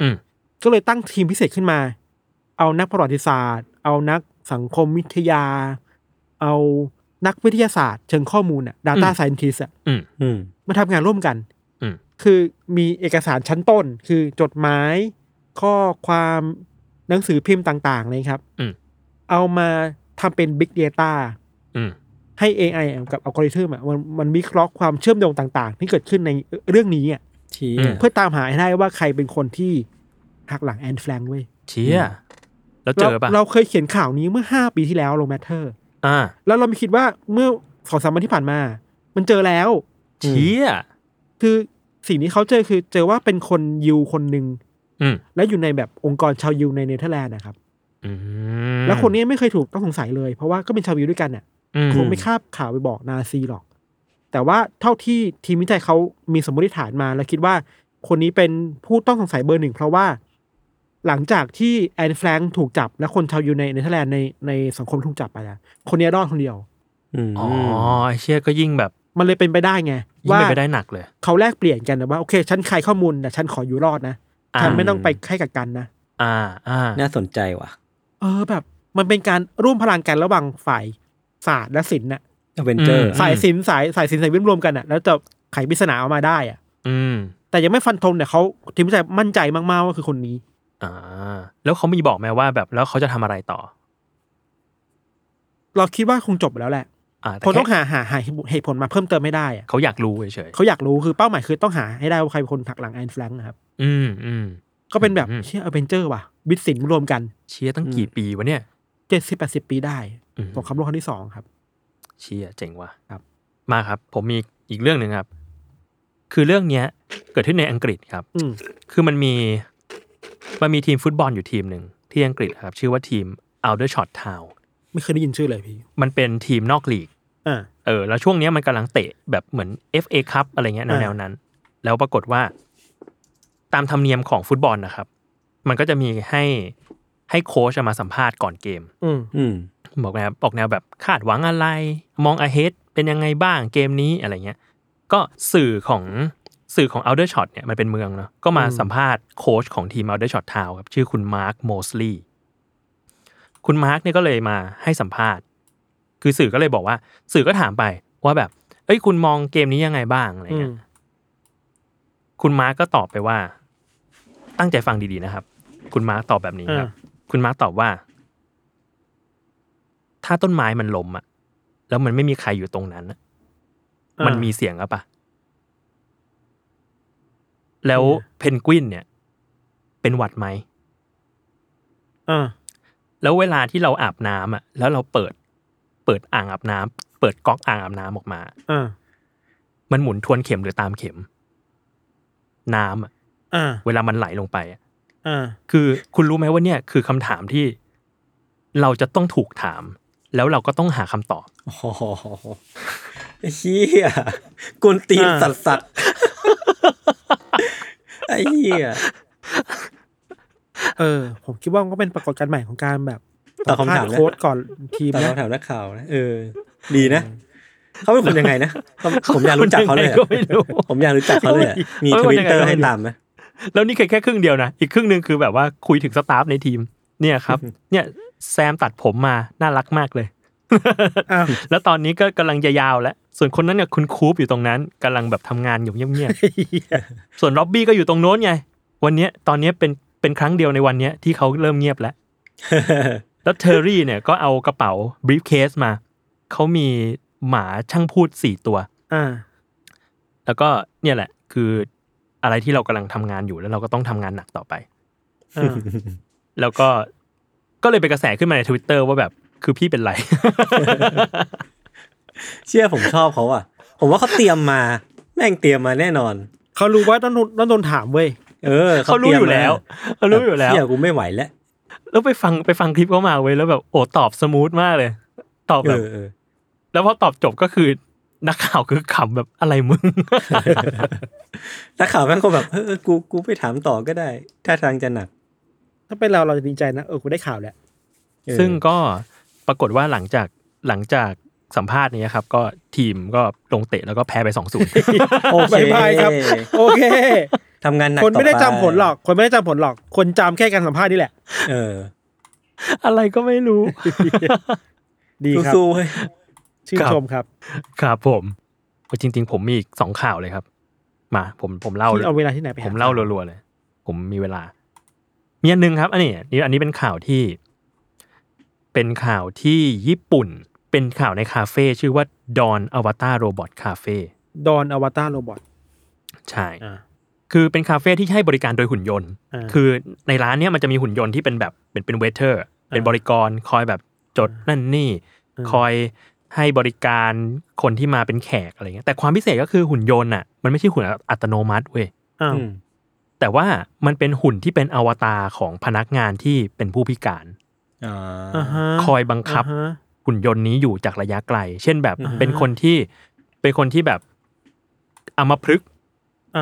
อืม
ก็เลยตั้งทีมพิเศษขึ้นมา เอานักประวัติศาสตร์ เอานักสังคมวิทยา เอานักวิทยาศาสตร์เชิงข้อมูลอ่ะ Data Scientist อ่ะ
อืม
มาทำงานร่วมกัน
อืม
คือมีเอกสารชั้นต้น คือจดหมาย ข้อความหนังสือพิมพ์ต่างๆเลยครับ
อืม
เอามาทำเป็น Big Data
อืม
ให้ AI กับอัลกอริทึมอะมันมันวิเคราะห์ความเชื่อมโยงต่างๆ ที่เกิดขึ้นในเรื่องนี้อะ
ชี้
เพื่อตามหาให้ได้ว่าใครเป็นคนที่หักหลังแอนแฟรงค์เว้ย
เชียแล้วเจอปะ
ราเราเคยเขียนข่าวนี้เมื่อ 5 ปีที่แล้วลงแมทเทอร์
อ่า
แล้วเราไม่คิดว่าเมื่อสองสามวันที่ผ่านมา มันเจอแล้ว
เชีย
คือสิ่งที่เขาเจอคือเจอว่าเป็นคนยิวคนหนึ่ง
อืม
และอยู่ในแบบองค์กรชาวยิวในเนเธอร์แลนด์นะครับ
อืม
แล้วคนนี้ไม่เคยถูกต้องสงสัยเลย เพราะว่าก็เป็นชาวยิวด้วยกันน่ะ
อืม
คงไม่คาบข่าวไปบอกนาซีหรอก แต่ว่าเท่าที่ทีมวิจัยเขามีสมมติฐานมา แล้วคิดว่าคนนี้เป็นผู้ต้องสงสัยเบอร์หนึ่งเพราะว่า หลังจากที่แอนแฟรงค์ถูกจับ และคนชาวยิวในเนเธอร์แลนด์ในในสังคมถูกจับไปอะคนนี้รอดคนเดียว
อืม
อ๋อไอเชียก็ยิ่งแบบ
มันเลยเป็นไปได้ไง
ยิ่ง
ว่า
เป็นไปได้หนักเลย
เขาแลกเปลี่ยนกันนะว่าโอเคฉันใครข้อมูลแต่ฉันขออยู่รอดนะฉันไม่ต้องไปให้กับกันนะ
อ่าอ่า
น่าสนใจว่ะ
เออแบบมันเป็นการร่วมพลังกันระหว่างฝ่ายศาสตร์และศิลป์น่ะ
เวนเจอร์
ม
สายศิลป์สายสายศิลป์สายวิทย์รวมกันน่ะแล้วจะไขปริศนาออกมาได้อ่ะ
อืม
แต่ยังไม่ฟันธงแต่เขาทีมวิจัยมั่นใจมากๆว่าคือคนนี้
อ่า แล้วเขามีบอกไหมว่าแบบแล้วเขาจะทำอะไรต่อ
เราคิดว่าคงจบแล้วแหละ
อ่า
ค
แต่
นต้อง
แค่
หาหาหาเหตุผลมาเพิ่มเติมไม่ได้อ่ะ
เขาอยากรู้เฉย
เขาอยากรู้คือเป้าหมายคือต้องหาให้ได้ว่าใครเป็นคนถักหลังแอนแฟรงค์นะครับ
ๆอืมอืม
ก็เป็นแบบ
อืม
เชื่อเอเวนเจอร์ว่ะวิทย์ศิลป์รวมกัน
เชียร์ตั้งกี่ปีวะเนี่ย
เจ็ดสิบแปดสิบปีได้
อืม
สงครามโลกครั้งที่สองครับ
เชี่ยเจ๋งว่ะ
ครับ
มาครับ ผมมีอีกเรื่องหนึ่งครับ คือเรื่องเนี้ยเกิดขึ้นในอังกฤษครับ
อืม
คือมันมีมันมีทีมฟุตบอลอยู่ทีมหนึ่งที่อังกฤษครับ ชื่อว่าทีม Aldershot Town
ไม่เคยได้ยินชื่อเลยพี่
มันเป็นทีมนอกลีก
อ่า
เออแล้วช่วงเนี้ยมันกำลังเตะแบบเหมือน FA ครับอะไรเงี้ยแนว
อ่า
แนวนั้น แล้วปรากฏว่า ตามธรรมเนียมของฟุตบอลนะครับ มันก็จะมีให้ให้โค้ชมาสัมภาษณ์ก่อนเกม
อืม
อืม
บอกแนวบอกแนวแบบคาดหวังอะไร มอง ahead เป็นยังไงบ้างเกมนี้อะไรเงี้ย ก็สื่อของสื่อของ Outer Shot เนี่ยมันเป็นเมืองเนาะก็มา
อืม
สัมภาษณ์โค้ชของทีม Outer Shot Town ครับ ชื่อคุณมาร์คโมสลีย์คุณมาร์คเนี่ยก็เลยมาให้สัมภาษณ์ คือสื่อก็เลยบอกว่า สื่อก็ถามไปว่าแบบ เอ้ยคุณมองเกมนี้ยังไงบ้างอะไร
อื
เงี้
ม
ย คุณมาร์กก็ตอบไปว่า ตั้งใจฟังดีๆนะครับ คุณมาร์กตอบแบบนี้ครับ คุณมาร์กตอบว่า ถ้าต้นไม้มันล้มอะแล้วมันไม่มีใครอยู่ตรงนั้นอะ
อ่า
มันมีเสียงหรือเปะแล้ว
เนี่ย
เพนกวินเนี่ย เป็นหวัดไหม
อ่า
แล้วเวลาที่เราอาบน้ำอะแล้วเราเปิด เปิดอ่างอาบน้ำเปิดก๊อกอ่างอาบน้ำออกมา
อ่า
มันหมุนทวนเข็มหรือตามเข็ม น้ำอะ
อ่า
เวลามันไหลลงไปอะ
อ่า
คือคุณรู้ไหมว่าเนี่ยคือคำถามที่เราจะต้องถูกถาม แล้วเราก็ต้องหาคำตอบ
โอ้โหไอ้เหี้ยกวนตีน
อ่า
สัตว์สัตว์ไอ้เหี้ย
เออ ผมคิดว่ามันก็เป็นปรากฏการณ์ใหม่ของการแบบ
ตอบคำถาม
สัภษ
นะ
ณ์โค้ดก่อนทีม
ตอบ
นะ
คำถามนักข่าวนะเออ ดีนะเขาเป็นคนยังไงนะเขาผมอยากรู้จักเขาเลยอะ
เขาเป็นยังไงก็ไม่รู้
ผมอยากรู้จักเขาเลยอะมีท
เขาเป็น
วิต
ยังไง
เตอร์
ก็ไม่รู้
ให้ตาม ไหม
แล้วนี่แค่แค่ครึ่งเดียวนะอีกครึ่งหนึ่งคือแบบว่าคุยถึงสตาฟในทีม เนี่ยครับ เนี่ยแซมตัดผมมาน่ารักมากเลย
อ้าว
แล้วตอนนี้ก็กำลังจะยาวแล้ว ส่วนคนนั้นเนี่ยคุณคูปอยู่ตรงนั้นกำลังแบบทำงานอยู่เงียบๆส่วนล็อบบี้ก็อยู่ตรงโน้นไงวันเนี้ยตอนเนี้ยเป็นเป็นครั้งเดียวในวันเนี้ยที่เขาเริ่มเงียบแล้ว แล้วเทอร์รี่เนี่ยก็เอากระเป๋าบรีฟเคสมา เขามีหมาช่างพูดสี่ตัว
อ่า
แล้วก็เนี่ยแหละคืออะไรที่เรากำลังทำงานอยู่แล้วเราก็ต้องทำงานหนักต่อไป
อ่า
แล้วก็ก็เลยเป็นกระแสขึ้นมาในทวิตเตอร์ว่าแบบคือพี่เป็นไร
เชื่อผมชอบเขาอ่ะ ผมว่าเขาเตรียมมา แม่งเตรียมมาแน่นอน
เขารู้ว่าต้องโดนต้องโดนถามเว้ย
เออ
เขารู้อยู่แล้วเขารู้อยู่แล้ว
เชื่อกูไม่ไหวแล้ว
แล้วไปฟังไปฟังคลิปเขามาเว้ยแล้วแบบโอ้ตอบสมูทมากเลย ตอบ
เอ
แบบ
อเออ
แล้วพอตอบจบก็คือนักข่าวคือขำแบบอะไรมึง
นักข่าวแม่งก็แบบเออเออกูกูไปถามต่อก็ได้ ถ้าทางจะหนัก
ถ้าเป็นเราเราจะดีใจนะ เออกูได้ข่าวแล้ว
เออ
ซึ่งก็ปรากฏว่าหลังจากหลังจากสัมภาษณ์เนี้ยครับ ก็ทีมก็ลงเตะแล้วก็แพ้ไปสองศูนย์
โอเค
บ๊ายบายครับ โอเค
ทำงานหนัก
คนไม่ได้
ต่อป
จำผลหรอก คนไม่ได้จำผลหรอก คนจำแค่การสัมภาษณ์นี่แหละ
เออ
อะไรก็ไม่รู้
ดีครับ
สู้ๆเว้ย
ชื่นชมครับ
ครับผมจริง ๆ ผมมีอีกสองข่าวเลยครับ มาผมผมเล่า
พี่เอาเวลาที่ไหนไปห
ผมเล่ารัวๆเลย ผมมีเวลา มีอันหนึงครับ อันนี้นี่อันนี้เป็นข่าวที่ เป็นข่าวที่ญี่ปุ่น เป็นข่าวในคาเฟ่ชื่อว่าดอนอวตารโรบอทคาเฟ่
ดอนอวตารโรบอท
ใช่ คือเป็นคาเฟ่ที่ให้บริการโดยหุ่นยนต์
อ่า
คือในร้านเนี้ยมันจะมีหุ่นยนต์ที่เป็นแบบเป็นเป็นเวเทอร์ เป็นบริกรคอยแบบจดนั่นนี่
อ่า
คอยให้บริการคนที่มาเป็นแขกอะไรเงี้ย แต่ความพิเศษก็คือหุ่นยนต์อ่ะ มันไม่ใช่หุ่นอัตโนมัติเว้ย
อ้าว
อืม
แต่ว่ามันเป็นหุ่นที่เป็นอวตารของพนักงานที่เป็นผู้พิการ
อ่า
อ่าฮะ
คอยบังคับ
อ่าฮะ
หุ่นยนต์นี้อยู่จากระยะไกล เช่นแบบ
อ่าฮะ
เป็นคนที่เป็นคนที่แบบอัมพฤกษ์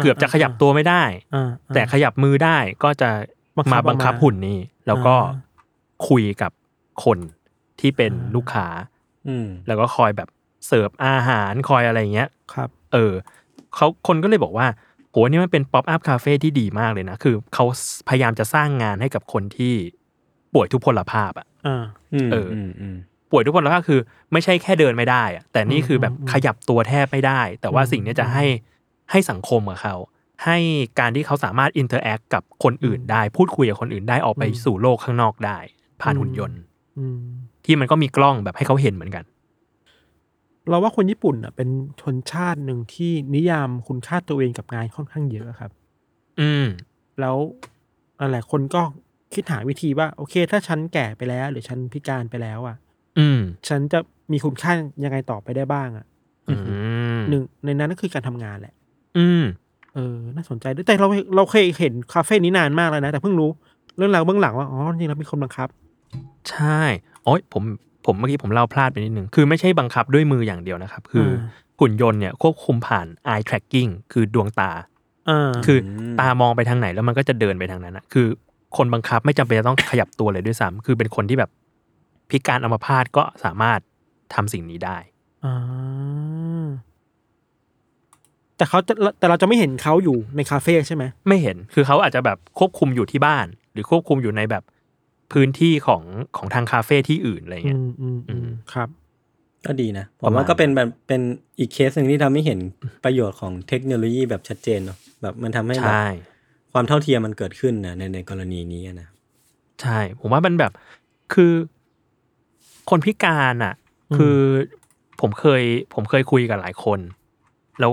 เกือบจะขยับตัวไม่ได้
อ่า
แต่ขยับมือได้ก็จะ
บังคั
มา
บ
บังคับ
ออกมา
หุ่นนี้ แล้วก็
อ่า
คุยกับคนที่เป็น
อ่า
ลูกค้า
อืม
แล้วก็คอยแบบเสิร์ฟอาหารคอยอะไรอย่างเงี้ย
ครับ
เออเขาคนก็เลยบอกว่าโหนี่มันเป็นป๊อปอัพคาเฟ่ที่ดีมากเลยนะ คือเขาพยายามจะสร้างงานให้กับคนที่ป่วยทุพพลภาพอะ
อ่า
อืม
เอออื
มอืม
ป่วยทุพพลภาพคือไม่ใช่แค่เดินไม่ได้อะแต่นี่คือแบบ
อืมอืม
ขยับตัวแทบไม่ได้ แต่ว่า
อืม
สิ่งเนี้ยจะให้ให้สังคมกับเขา ให้การที่เขาสามารถอินเทอร์แอคกับคนอื่นได้ พูดคุยกับคนอื่นได้ออกไปสู่โลกข้างนอกได้ ผ่านหุ่นยนต์
อืม
ที่มันก็มีกล้องแบบให้เขาเห็นเหมือนกัน
เราว่าคนญี่ปุ่นอ่ะเป็นชนชาติหนึ่งที่นิยามคุณค่าตัวเองกับงานค่อนข้างเยอะครับ
อืม
แล้วหลายๆคนก็คิดหาวิธีว่า โอเค ถ้าฉันแก่ไปแล้ว หรือฉันพิการไปแล้วอ่ะ
อืม
ฉันจะ มีคุณค่ายังไงต่อไปได้บ้างอะ
อืม
หนึ่งในนั้นก็คือการทำงานแหละ
อืม
เออ น่าสนใจด้วยแต่เราเราเคยเห็นคาเฟ่นี้นานมากแล้วนะ แต่เพิ่งรู้เรื่องราวเบื้องหลังว่า อ๋อ จริงๆแล้วมีคนบังคับ
ใช่โอ้ยผม ผมเมื่อกี้ผมเล่าพลาดไปนิดนึง คือไม่ใช่บังคับด้วยมืออย่างเดียวนะครับ คืออ
ม
หุ่นยนต์เนี่ยควบคุมผ่าน eye tracking คือดวงตา
อ่า
คือ
อืม
ตามองไปทางไหนแล้วมันก็จะเดินไปทางนั้นนะคือ คนบังคับไม่จำเป็นจะต้องขยับตัวเลยด้วยซ้ำคือเป็นคนที่แบบพิการอัมพาตก็สามารถทำสิ่งนี้ได้
อ่าแต่เขาจะแต่เราจะไม่เห็นเขาอยู่ในคาเฟ่ใช่ไหม
ไม่เห็น คือเขาอาจจะแบบควบคุมอยู่ที่บ้าน หรือควบคุมอยู่ในแบบพื้นที่ของของทางคาเฟ่ที่อื่นอะไร
อื
เงี้ย
มอืมอืมครับ
ก็ดีนะผ
ประ
ม
มาณ
ว่าก็เป็นแบบเป็นอีกเคสหนึ่งที่ทำให้เห็นประโยชน์ของเทคโนโลยีแบบชัดเจนเนาะแบบมันทำให้แบบ
ใช่
ความเท่าเทียมมันเกิดขึ้นนะในในกรณีนี้อะนะ
ใช่ ผมว่ามันแบบคือคนพิการอ่ะ
อืม
คือผมเคย ผมเคยคุยกับหลายคน แล้ว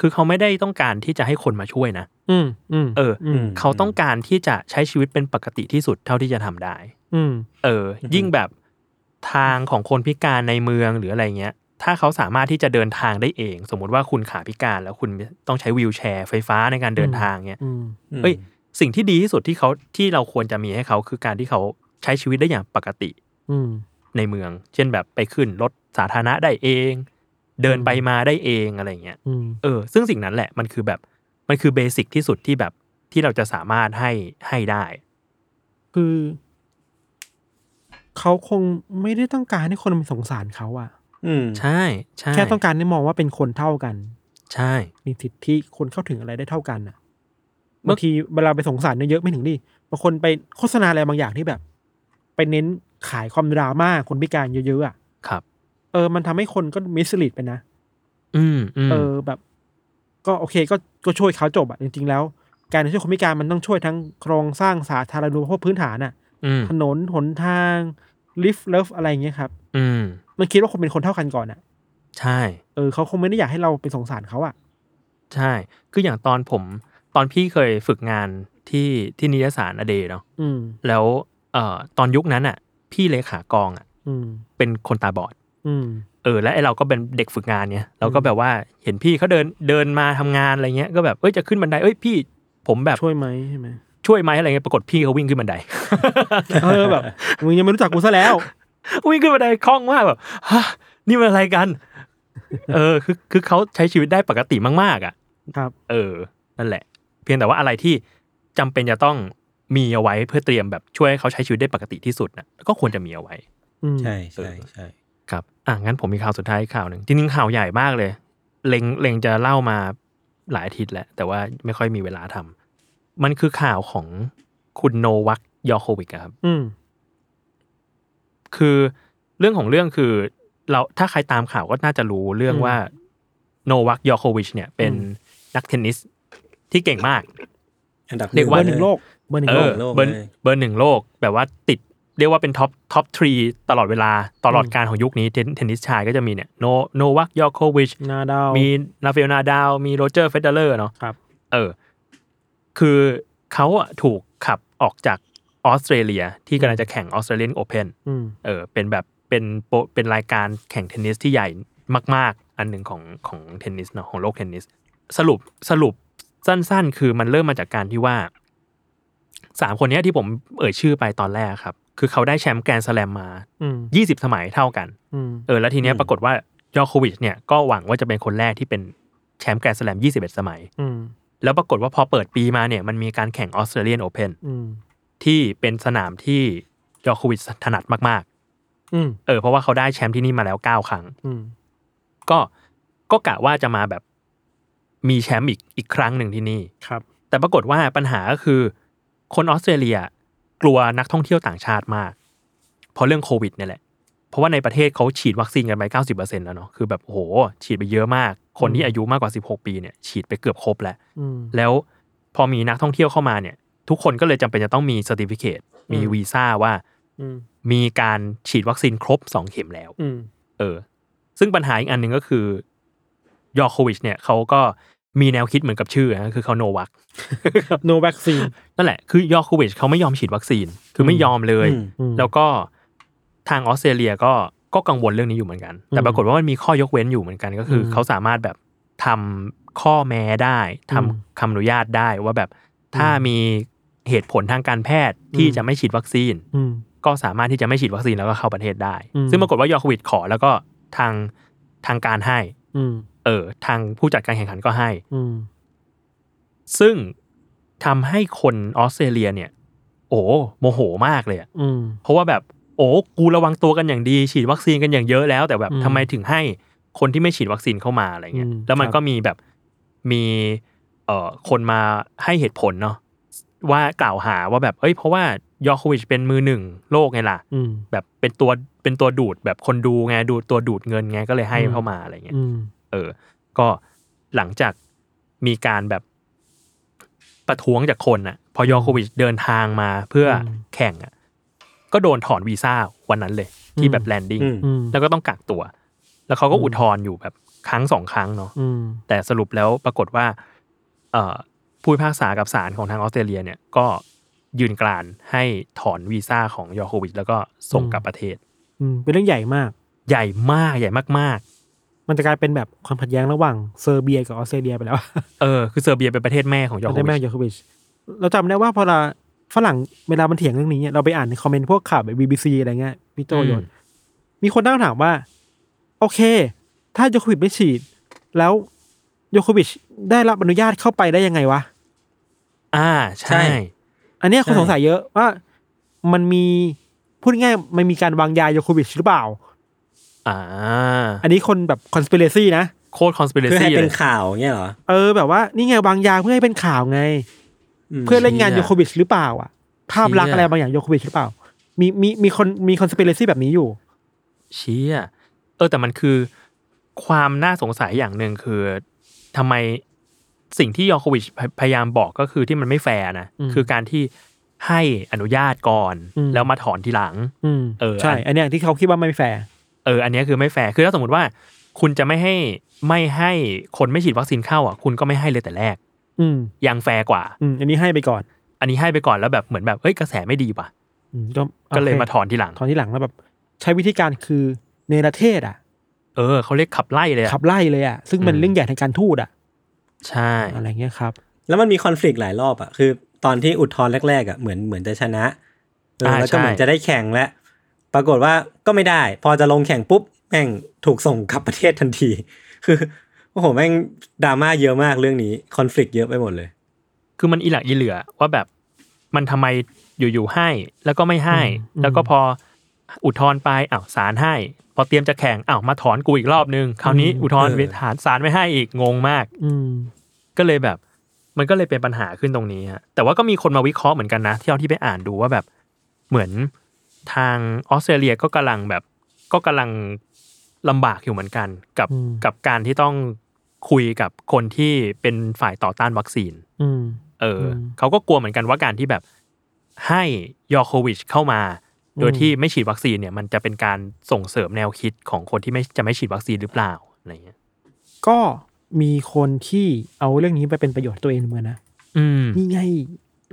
คือเขาไม่ได้ต้องการที่จะให้คนมาช่วยนะ
อืมอืม
เอออ
ม
เขาต้องการที่จะใช้ชีวิตเป็นปกติที่สุดเท่าที่จะทำได้
อืม
เออ ยิ่งแบบทางของคนพิการในเมืองหรืออะไรเงี้ย ถ้าเขาสามารถที่จะเดินทางได้เอง สมมุติว่าคุณขาพิการแล้วคุณต้องใช้วีลแชร์ไฟฟ้าในการเดิน
อืม
ทางเนี้ย
อืม
อืม
เอ้ย สิ่งที่ดีที่สุดที่เขาที่เราควรจะมีให้เขาคือการที่เขาใช้ชีวิตได้อย่างปกติ
อืม
ในเมือง เช่นแบบไปขึ้นรถสาธารณะได้เอง เดินไปมาได้เองอะไรเงี้ย
อืม
เออ ซึ่งสิ่งนั้นแหละมันคือแบบ มันคือเบสิกที่สุดที่แบบที่เราจะสามารถให้ให้ได้
คือเขาคงไม่ได้ต้องการให้คนมันสงสารเขาอะ
อืม
ใช่ใช่
แค่ต้องการให้มองว่าเป็นคนเท่ากัน
ใช่
มีสิทธิที่คนเข้าถึงอะไรได้เท่ากันอะ
เมื่
บา
อ
งทีเวลาไปสงสารเยอะๆไม่ถึงดิบางคนไปโฆษณาอะไรบางอย่างที่แบบ ไปเน้นขายความดราม่าคนพิการเยอะๆอะ
ครับ
เออมันทำให้คนก็มิสลิดไปนะ
อืมอืม
เออแบบ ก็โอเคก็ก็ช่วยเขาจบอะจริง ๆ แล้ว การช่วยคนพิการมันต้องช่วยทั้งโครงสร้างสาธารณูปโภคพื้นฐานอะ
อืม
ถนนหนทางลิฟต์เลิฟอะไรอย่างเงี้ยครับ
อืม
มันคิดว่าคนเป็นคนเท่ากันก่อนอะ
ใช่
เออเขาคงไม่ได้อยากให้เราไปสงสารเขาอะ
ใช่ คืออย่างตอนผม ตอนพี่เคยฝึกงานที่ที่นิยสารอเดย์เนาะ
อืม
แล้วเอ่อตอนยุคนั้นอ่ะ พี่เลขากองอ่ะ
อืม
เป็นคนตาบอด
อืม
เออและไอเราก็เป็นเด็กฝึกงานเนี่ยเราก็แบบว่าเห็นพี่เขาเดินเดินมาทำงานอะไรเงี้ยก็แบบเอ้ยจะขึ้นบันไดเอ้ยพี่ผมแบบ
ช่วยไหมใช่ไหม
ช่วยไหมอะไรเงี้ยปรากฏพี่เขาวิ่งขึ้นบันได
เออแบบมึงยังไม่รู้จักกูซะแล้ว
วิ่งขึ้นบันไดคล่องมากแบบฮะนี่มันอะไรกัน เออคือคือเขาใช้ชีวิตได้ปกติมากๆอ่ะ
ครับ
เออ นั่นแหละ เพียงแต่ว่าอะไรที่จำเป็นจะต้องมีเอาไว้เพื่อเตรียมแบบช่วยให้เขาใช้ชีวิตได้ปกติที่สุดนะก็ควรจะมีเอาไว้
อืม
ใช่ใช่ใช่
ครับ อ่ะ งั้นผมมีข่าวสุดท้ายอีกข่าวหนึ่งจริงๆข่าวใหญ่มากเลย เลงเลงจะเล่ามาหลายอาทิตย์แล้ว แต่ว่าไม่ค่อยมีเวลาทำ มันคือข่าวของคุณโนวัคยอโควิกอะครับ
อืม
คือเรื่องของเรื่องคือเราถ้าใครตามข่าวก็น่าจะรู้เรื่อง
อืม
ว่าโนวัคยอโควิชเนี่ยเป็น
อืม
นักเทนนิสที่เก่งมาก
อันดับ
เรียกว่า
เบอร์หนึ่งโลกเบอร์หนึ่ง
เอ
โล
อก
ะโลก
เบอร์
เลย
เบอร์หนึ่งโลกแบบว่าติดเรียกว่าเป็นท็อปท็อปทรีตลอดเวลาตลอดการของยุคนี้เทนเทนนิสชายก็จะมีเนี่ยโนโนวัคยอโควิช
นาดาว
มีราฟาเอลนาดาว มีโรเจอร์เฟเดเลอร์เนาะ
ครับ
เออ คือเขาอะถูกขับออกจากออสเตรเลียที่กำลังจะแข่งออสเตรเลียนโอเพน
อืม
เออ เป็นแบบ เป็นโปเป็นรายการแข่งเทนนิสที่ใหญ่มาก ๆ อันหนึ่งของของเทนนิสเนาะของโลกเทนนิส สรุปสรุปสั้น ๆ คือมันเริ่มมาจากการที่ว่าสามคนเนี้ยที่ผมเอ่ยชื่อไปตอนแรกครับ คือเขาได้แชมป์แกรนด์สแลมมา
อืม
20 สมัยเท่ากัน
อืม
เออแล้วทีเนี้ย
อืม
ปรากฏว่ายอโควิชเนี่ยก็หวังว่าจะเป็นคนแรกที่เป็นแชมป์แกรนด์สแลม 21 สมัย
อืม
แล้วปรากฏว่าพอเปิดปีมาเนี่ยมันมีการแข่งออสเตรเลียนโอเพน
อืม
ที่เป็นสนามที่ยอโควิชถนัดมาก
อืม
ๆ เออเพราะว่าเขาได้แชมป์ที่นี่มาแล้ว 9 ครั้ง
อืม
ก็ก็กะว่าจะมาแบบมีแชมป์อีกอีกครั้งหนึ่งที่นี่
ครับ
แต่ปรากฏว่าปัญหาก็คือคนออสเตรเลียกลัวนักท่องเที่ยวต่างชาติมาก เพราะเรื่องโควิดเนี่ยแหละ เพราะว่าในประเทศเขาฉีดวัคซีนกันไป 90%แล้วเนาะคือแบบโอ้โห ฉีดไปเยอะมาก คนที่อายุมากกว่า 16 ปีเนี่ยฉีดไปเกือบครบแล้ว
อืม
แล้วพอมีนักท่องเที่ยวเข้ามาเนี่ย ทุกคนก็เลยจำเป็นจะต้องมีสติฟิเคตมี
อืม
วีซ่าว่า
อืม
มีการฉีดวัคซีนครบ 2 เข็มแล้ว
อืม
เออ ซึ่งปัญหาอีกอันหนึ่งก็คือยอร์โควิชเนี่ยเขาก็มีแนวคิดเหมือนกับชื่อนะคือเขาโนวัค
no vaccine
นั่นแหละ คือยอร์โควิชเขาไม่ยอมฉีดวัคซีน คือไม่ยอมเลย
อืม
อืม
แล้วก็ทางออสเตรเลียก็ ก็กังวลเรื่องนี้อยู่เหมือนกัน แต่
อืม
ปรากฏว่ามันมีข้อยกเว้นอยู่เหมือนกัน ก็คืออ
ม
เขาสามารถแบบทำข้อแม้ได้ทำ
อืม
คำอนุญาตได้ว่าแบบถ้ามีเหตุผลทางการแพทย์ที่
อืม
จะไม่ฉีดวัคซีน
อืม
ก็สามารถที่จะไม่ฉีดวัคซีนแล้วก็เข้าประเทศได้
อืม
ซึ่งปรากฏว่ายอร์ควิดขอแล้วก็ทางทางการให้
อืม
เออทางผู้จัดการแข่งขันก็ให้
อืม
ซึ่งทำให้คนออสเตรเลียเนี่ย โอ้โมโหมากเลยอะ
อืม
เพราะว่าแบบโอ้กูระวังตัวกันอย่างดี ฉีดวัคซีนกันอย่างเยอะแล้ว แต่แบบ
อืม
ทำไมถึงให้คนที่ไม่ฉีดวัคซีนเข้ามาอะไรเงี้ย
อืม
แล้วมัน
ครับ
ก็มีแบบมีเอ่อคนมาให้เหตุผลเนาะว่ากล่าวหาว่าแบบเอ้ยเพราะว่ายอร์โควิชเป็นมือหนึ่งโลกไงล่ะ
อืม
แบบเป็นตัวเป็นตัวดูดแบบคนดูไงดูตัวดูดเงินไงก็เลยให้
อืม
เข้ามาอะไรเงี้ย
อืม
เออ ก็หลังจากมีการแบบประท้วงจากคนน่ะ พอยอโควิชเดินทางมาเพื่ออ
ม
แข่งอ่ะ ก็โดนถอนวีซ่าวันนั้นเลย ที่
อืม
แบบแลนดิ้ง
อืม
อืม
แล้วก็ต้องกักตัว แล้วเขาก็
อืม
อุทธรณ์อยู่แบบครั้งสองครั้งเนาะ
อืม
แต่สรุปแล้วปรากฏว่า เอ่อผู้พิพากษากับศาลของทางออสเตรเลียเนี่ย ก็ยืนกรานให้ถอนวีซ่าของยอโควิชแล้วก็ส่งกลับประเทศ
อืม เป็นเรื่องใหญ่มาก
ใหญ่มากใหญ่มาก
มันจะกลายเป็นแบบความขัดแย้งระหว่างเซอร์เบียกับออสเตรเลียไปแล้ว
ๆ เออ คือเซอร์เบียเป็นประเทศแม่ของยอ โค
ได้
วิ
แม่
ช
โยโควิช เราจำได้ว่าพอเราฝรั่งเวลามันเถียงเรื่องนี้เนี่ยเราไปอ่านในคอมเมนต์พวกข่าวแบบบีบีซีอะไรเงี้ยพี่โจ
อืม
โยนมีคนตั้งคำถามว่า โอเค ถ้าโยโควิชไม่ฉีด แล้วโยโควิชได้รับอนุญาตเข้าไปได้ยังไงวะ
อ่า
ใช่
ใช่
อันเนี้ยคน
ใช่
สงสัยเยอะว่ามันมีพูดง่ายๆมันมีการวางยาโยโควิชหรือเปล่า
อ่า
อันนี้คนแบบคอน spiracy นะ
โคตรคอน
เพื่อ
spiracy
ให้
เล
เป็น
ย
ข่าวเงี้ยเหรอ
เออแบบว่านี่ไงวางยาเพื่อให้เป็นข่าวไง
ม
เพื่อเล่นงาน
เชี่
โย
ย
โควิชหรือเปล่าอ่ะ ภาพลักษณ์อะไรบางอย่างโยโควิชหรือเปล่า มีมีมีคนมีคอน spiracy แบบนี้อยู่
เชี่ยเออแต่มันคือความน่าสงสัยอย่างหนึ่งคือทำไมสิ่งที่ยอร์โควิชพยพยายามบอกก็คือที่มันไม่แฟร์นะ
อืม
คือการที่ให้อนุญาตก่อน
อืม
แล้วมาถอนทีหลัง
อืม
เออ
ใช่
อัน
อันเนี้ยที่เขาคิดว่าไม่แฟร์
เอออันเนี้ยคือไม่แฟร์คือถ้าสมมติว่า คุณจะไม่ให้ไม่ให้คนไม่ฉีดวัคซีนเข้าอ่ะ คุณก็ไม่ให้เลยแต่แรก
อืม
ยังแฟร์กว่า
อืมอันนี้ให้ไปก่อน
อันนี้ให้ไปก่อนแล้วแบบเหมือนแบบเอ้ยกระแสไม่ดีป่ะ
อืมก็โอค
ก็เลยมาถอนทีหลัง
ถอนที่หลังแล้วแบบ ใช้วิธีการคือในประเทศอ่ะ
เออเขาเรียกขับไล่เลยอะ
ขับไล่เลยอ่ะ ซึ่งมัน
อืม
เรื่องใหญ่ทางการทูตอ่ะ
ใช่
อะไรเงี้ยครับ
แล้วมันมีคอน FLICT หลายรอบอะคือตอนที่อุทธรณ์แรกๆอะเหมือนเหมือนจะชนะเอออา แล้วก็
ใช่
เหมือนจะได้แข่งแล้วปรากฏว่าก็ไม่ได้ พอจะลงแข่งปุ๊บแม่งถูกส่งกลับประเทศทันที คือโอ้โหแม่งดราม่าเยอะมากเรื่องนี้คอน FLICT เยอะไปหมดเลย
คือมันอีหลักอีเหลือว่าแบบมันทำไมอยู่ ๆ ให้แล้วก็ไม่ให้
อืม
แล้วก็พออุทธรณ์ไปอ้าวศาลให้ พอเตรียมจะแข่งอ้าวมาถอนกูอีกรอบนึง คราวนี้อุทธรณ์
เออ
เวทานศาลไม่ให้อีกงงมาก
อืม
ก็เลยแบบ มันก็เลยเป็นปัญหาขึ้นตรงนี้ฮะแต่ว่าก็มีคนมาวิเคราะห์เหมือนกันนะที่เราที่ไปอ่านดูว่าแบบเหมือนทางออสเตรเลียก็กำลังแบบก็กำลังลำบากอยู่เหมือนกัน กับ
อืม
กับการที่ต้องคุยกับคนที่เป็นฝ่ายต่อต้านวัคซีน
อืม
เอออ
ม
เขาก็กลัวเหมือนกันว่าการที่แบบให้ยอร์โควิชเข้ามา โดย
อืม
ที่ไม่ฉีดวัคซีนเนี่ย มันจะเป็นการส่งเสริมแนวคิดของคนที่ไม่จะไม่ฉีดวัคซีนหรือเปล่าอะไรเงี้ย
ก็มีคนที่เอาเรื่องนี้ไปเป็นประโยชน์ตัวเองเหมือนกันนะ
อืม
นี่ไง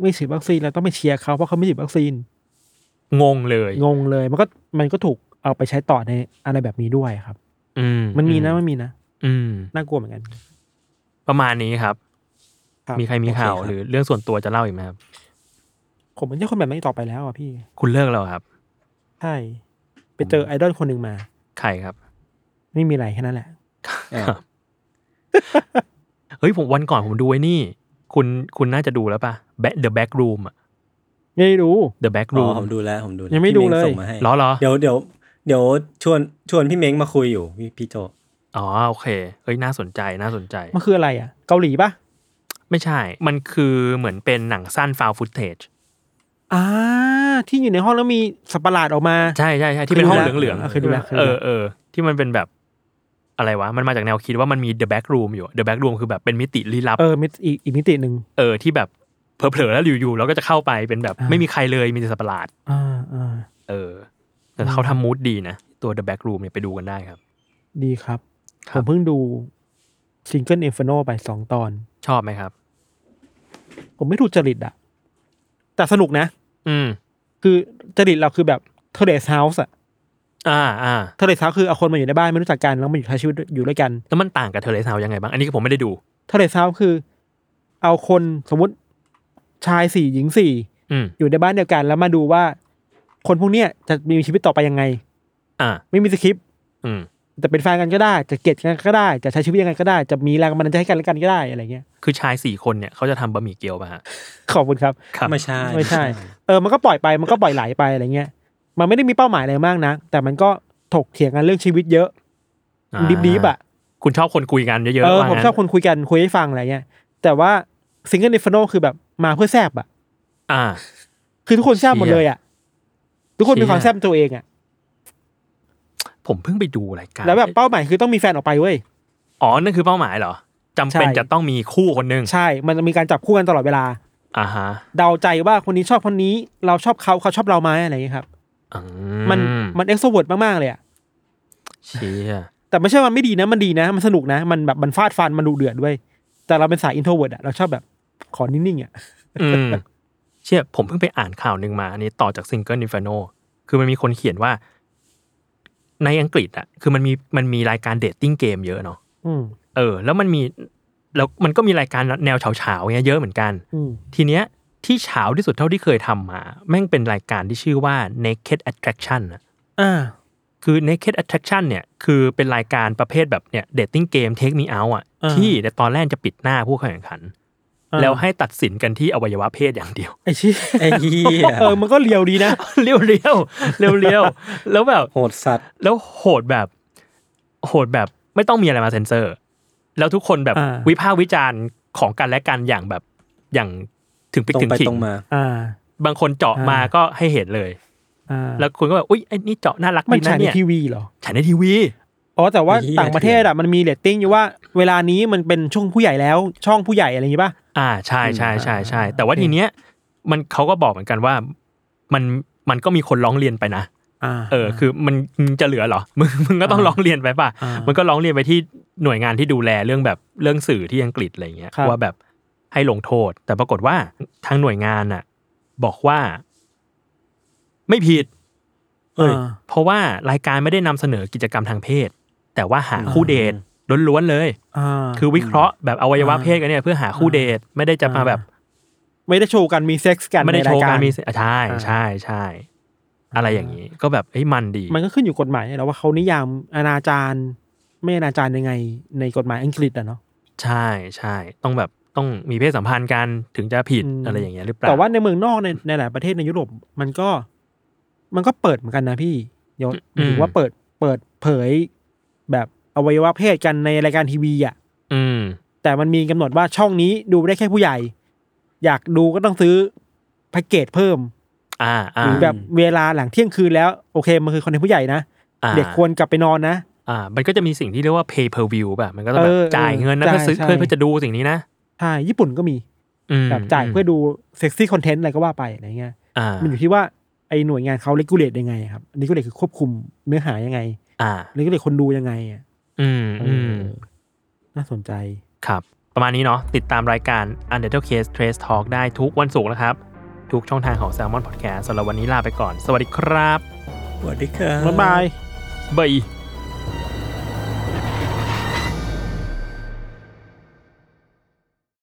ไม่ฉีดวัคซีนเราต้องไปเชียร์เขาเพราะเขาไม่ฉีดวัคซีน
งงเลย
งงเลยมันก็มันก็ถูกเอาไปใช้ต่อในอะไรแบบนี้ด้วยครับ
อื
มันมีนะมันมีนะ
อืม
น่ากลัวเหมือนกัน
ประมาณนี้ครับ
ครับ
มีใครมีข่าว
โอเคครับ
หรือเรื่องส่วนตัวจะเล่าอีกไหมครับ
ผมไม่ใช่คนแบบนี้ต่อไปแล้วอ่ะพี่
คุณเลิกแล้วครับ
ใช่ไปเจอไอดอลคนหนึ่งมา
ใครครับ
ไม่มีอะไรแค่นั้นแหละ
เออ
ครับ เฮ้ยผมวันก่อนผมดูไอ้นี่ คุณคุณน่าจะดูแล้วป่ะ Back- The Back Room อะ
ไม่รู้
The Back
อ๋อ
Room
ผมดูแล้วผมดูแว
ยังไม่ดู
พี่
เลย
ส่งมาให้
ล้อเหรอ
เดี๋ยวเดี๋ยวเดี๋ยวชวนชวนพี่เม้งมาคุยอยู่พี่พี่โจ
อ๋อโอเคเฮ้ยน่าสนใจน่าสนใจ
มันคืออะไรอ่ะ เกาหลีปะ
ไม่ใช่ มันคือเหมือนเป็นหนังสั้นฟาวฟุตเทจ
อ่าที่อยู่ในห้องแล้วมีสัตว์ประหลาดออกมา
ใช่ใช่ใช่ที่เป็นห้องเหลือง
เคยดูแล้วเคยดู
เอ
แล้ว
อเออที่มันเป็นแบบอะไรวะ มันมาจากแนวคิดว่ามันมี The Back Room อยู่ The Back Room คือแบบเป็นมิติลี้ลับ
เออมิติอีกอีกมิติหนึ่ง
เออที่แบบเผลอๆแล้วอยู่ๆเราก็จะเข้าไปเป็นแบบ
อ่า
ไม่มีใครเลยมีแต่สัตว์ประหลาด
อ่าอ่า
เออแต่เขาทำมูดดีนะ ตัว The Back Room เนี่ยไปดูกันได้ครับ
ดีครับ
ค
ผ
รับ
มเพิ่งดูซิงเกิลเอ f น r โนไปสองตอน
ชอบไหมครับ
ผมไม่ถูกจริตอ่ะ แต่สนุกนะ
อืม
คือจริตเราคือแบบเทเลสเฮาส์อ่ะ
อ่าอ่า
เทอร์เรซเฮาส์คือเอาคนมาอยู่ในบ้านไม่รู้จักกันแล้วมาอยู่ใช้ชีวิตอยู่ด้วยกัน
แล้วมันต่างกับเทเลซาวยังไงบ้าง อันนี้คือผมไม่ได้ดู
เทอร์เรซเฮาส์คือ เอาคนสมมติชายสี่หญิงสี่
อืม
อยู่ในบ้านเดียวกัน แล้วมาดูว่า คนพวกเนี้ยจะมีชีวิตต่อไปยังไง
อ่า
ไม่มีสคริปต์
อืม
แต่เป็นแฟนกันก็ได้ จะเกลียดกันก็ได้ จะใช้ชีวิตยังไงก็ได้ จะมีแรงบันดาลใจให้กันและกันก็ได้อะไรเงี้ย
คือชายสี่คนเนี่ยเขาจะทำบะหมี่เกี๊ยวป่ะฮะ
ขอบคุณครับ
ครับ
ไม่ใช่
ไม่ใช่ เออ มันก็ปล่อยไป มันก็ปล่อยไหลไปอะไรเงี้ย มันไม่ได้มีเป้าหมายอะไรมากนะ แต่มันก็ถกเถียงกันเรื่องชีวิตเยอะ
อ่า
ดิบๆอ่ะ
คุณชอบคนคุยกันเยอะๆ
เออ
ว่า
ผม
งั้น
ชอบคนคุยกันคุยให้ฟังอะไรเงี้ย แต่ว่าซิงเกิลเดฟโนคือแบบมาเพื่อแซบอ่ะ
อ่า
คือทุกคนแซบหมดเลยอ่ะ ทุกคนมีความแซบเป็นตัวเองอ่ะ
ผมเพิ่งไปดูรายการ
แล้วแบบเป้าหมายคือต้องมีแฟนออกไปเว้ย
อ๋อ นั่นคือเป้าหมายเหรอจำเป็น
ใช่
จะต้องมีคู่คนหนึ่ง
ใช่ มันจะมีการจับคู่กันตลอดเวลา
อ่าฮะ
เดาใจว่าคนนี้ชอบคนนี้ เราชอบเขาเขาชอบเราไหมอะไรเงี้ยครับ
อื
มัน มันเอ็กโซเวิร์ดมากๆเลยอ่ะ
เชีย
แต่ไม่ใช่ว่าไม่ดีนะมันดีนะ มันสนุกนะ มันแบบมันฟาดฟันมันดุเดือดด้วย แต่เราเป็นสายอินโทรเวิร์ดอะเราชอบแบบขอนิ่งๆอะ
อืมเชี่ยผมเพิ่งไปอ่านข่าวหนึ่งมา อันนี้ต่อจากซิงเกิลนิฟโนคือมันมีคนเขียนว่า ในอังกฤษอะคือมันมีมันมีรายการเดทติ้งเกมเยอะเนาะ
อืม
เออ แล้วมันมีแล้วมันก็มีรายการแนวเฉาๆเงี้ยเยอะเหมือนกัน
อืม
ทีเนี้ยที่เฉาที่สุดเท่าที่เคยทำมา แม่งเป็นรายการที่ชื่อว่า Naked Attraction อะ
อ่า
คือ Naked Attraction เนี่ยคือเป็นรายการประเภทแบบเนี่ยเดทติ้งเกม Take Me Out อ่ะ
อ่า
ที่ในตอนแรกจะปิดหน้าผู้เข้าแข่งขัน
อ่า
แล้วให้ตัดสินกันที่อวัยวะเพศอย่างเดียว
ไอ้ชี้
ไอ้เหี้ย
เออมันก็เลียวดีนะ
เรียวเรียวเรียวเรียวๆแล้วแบบ
โหดสัตว์
แล้วโหดแบบโหดแบบไม่ต้องมีอะไรมาเซ็นเซอร์ แล้วทุกคนแบบ
อ่า
วิพากษ์วิจารณ์ของกันและกันอย่างแบบอย่างถึงปิก
ตรง
ถึง
ไป
ขิ
ตรง งมา
อ่า
บางคนเจาะมา
อ่า
ก็ให้เห็นเลย
อ่า
แล้วคุณก็แบบอุ้ยไอ้นี่เจาะน่ารัก
มัน
ดี
ฉาย
นะ
ใน
เนี่ย
ทีวีเหรอ
ฉันในทีวี
อ๋อแต่ว่า
ไอ้เหี้ย
ต่างประเทศอะมันมีเรตติ้งอยู่ว่าเวลานี้มันเป็นช่วงผู้ใหญ่แล้วช่องผู้ใหญ่อะไรอย่างงี้ป่ะ
อ่าใช่ใช่ใช่ใช่แต่ว่า
โอเค
ทีเนี้ยมันเขาก็บอกเหมือนกันว่ามันมันก็มีคนร้องเรียนไปนะ
อ่า
เออ คือมันมึงจะเหลือ เหรอมึงมึงก็ต้อง
อ่า
ร้องเรียนไปป่ะ
อ่ามั
มันก็ร้องเรียนไปที่หน่วยงานที่ดูแลเรื่องแบบเรื่องสื่อที่อังกฤษอะไรเงี้ย
ครับ
ว่าแบบให้ลงโทษ แต่ปรากฏว่าทางหน่วยงานน่ะ บอกว่า ไม่ผิด
เอย
เพราะว่ารายการไม่ได้นำเสนอกิจกรรมทางเพศ แต่ว่าหาคู่เดทล้วนๆเลย
อ่า
คือวิเคราะห์แบบอวัยวะ
อ่า
เพศกันเนี่ยเพื่อหาคู่
อ่า
เดทไม่ได้จะมาแบบ
ไม่ได้โชว์กันมีเซ็กซ์กัน
ไม่ได้
ใน
โช
ราย
ว์
กา
การ รมีเสียงอ่ะใช่
อ่า
ใช่ใช่อะไรอย่างนี้ ก็แบบเอ้ยมันดี
มันก็ขึ้นอยู่กฎหมายแล้วว่าเขานิยามอนาจารไม่อนาจารยังไงในกฎหมายอังกฤษอะเนาะ
ใช่ใช่ต้องแบบต้องมีเพศสัมพันธ์กันถึงจะผิด
อืม
อะไรอย่างเงี้ยหรือเปล่า
แต่ว่าในเมืองนอกในในหลายประเทศในยุโรปมันก็ มันก็เปิดเหมือนกันนะพี่เดี๋ยวถือว่าเปิดเปิดเผย แบบอวัยวะเพศกันในรายการทีวีอ่ะ
อืม
แต่มันมีกำหนดว่าช่องนี้ดูได้แค่ผู้ใหญ่ อยากดูก็ต้องซื้อแพ็กเกจเพิ่ม
อ่า
ห
อ่า
รือแบบเวลาหลังเที่ยงคืนแล้ว โอเคมันคือคอนเทนต์ผู้ใหญ่นะ
อ่า
เด็กควรกลับไปนอนนะ
อ่า มันก็จะมีสิ่งที่เรียกว่า pay per view แบบมันก็ต้องแบ
เอบอ
จ่ายเงินนะ
ใช่
เพื่อซื้อ
ใช่
เพื่อเพื่อจะดูสิ่งนี้นะ
ใช่ญี่ปุ่นก็มี
อืม
แบบจ่ายเพื่อดูเซ็กซี่คอนเทนต์อะไรก็ว่าไปอะไรเงี้ย
อ่า
มันอยู่ที่ว่าไอ้หน่วยงานเขาเลกูเลตยังไงครับเลกูเลตคือควบคุมเนื้อหายังไง
อ่า
เลกูเลตคนดูยังไงอ่ะ
อืมอืม
เออน่าสนใจ
ครับ ประมาณนี้เนาะติดตามรายการ Undertale Case Trace Talk ได้ทุกวันศุกร์นะครับ ทุกช่องทางของ Salmon Podcast สำหรับวันนี้ลาไปก่อน สวัสดีครับ
สวัสดีครับ
บ๊ายบาย
บาย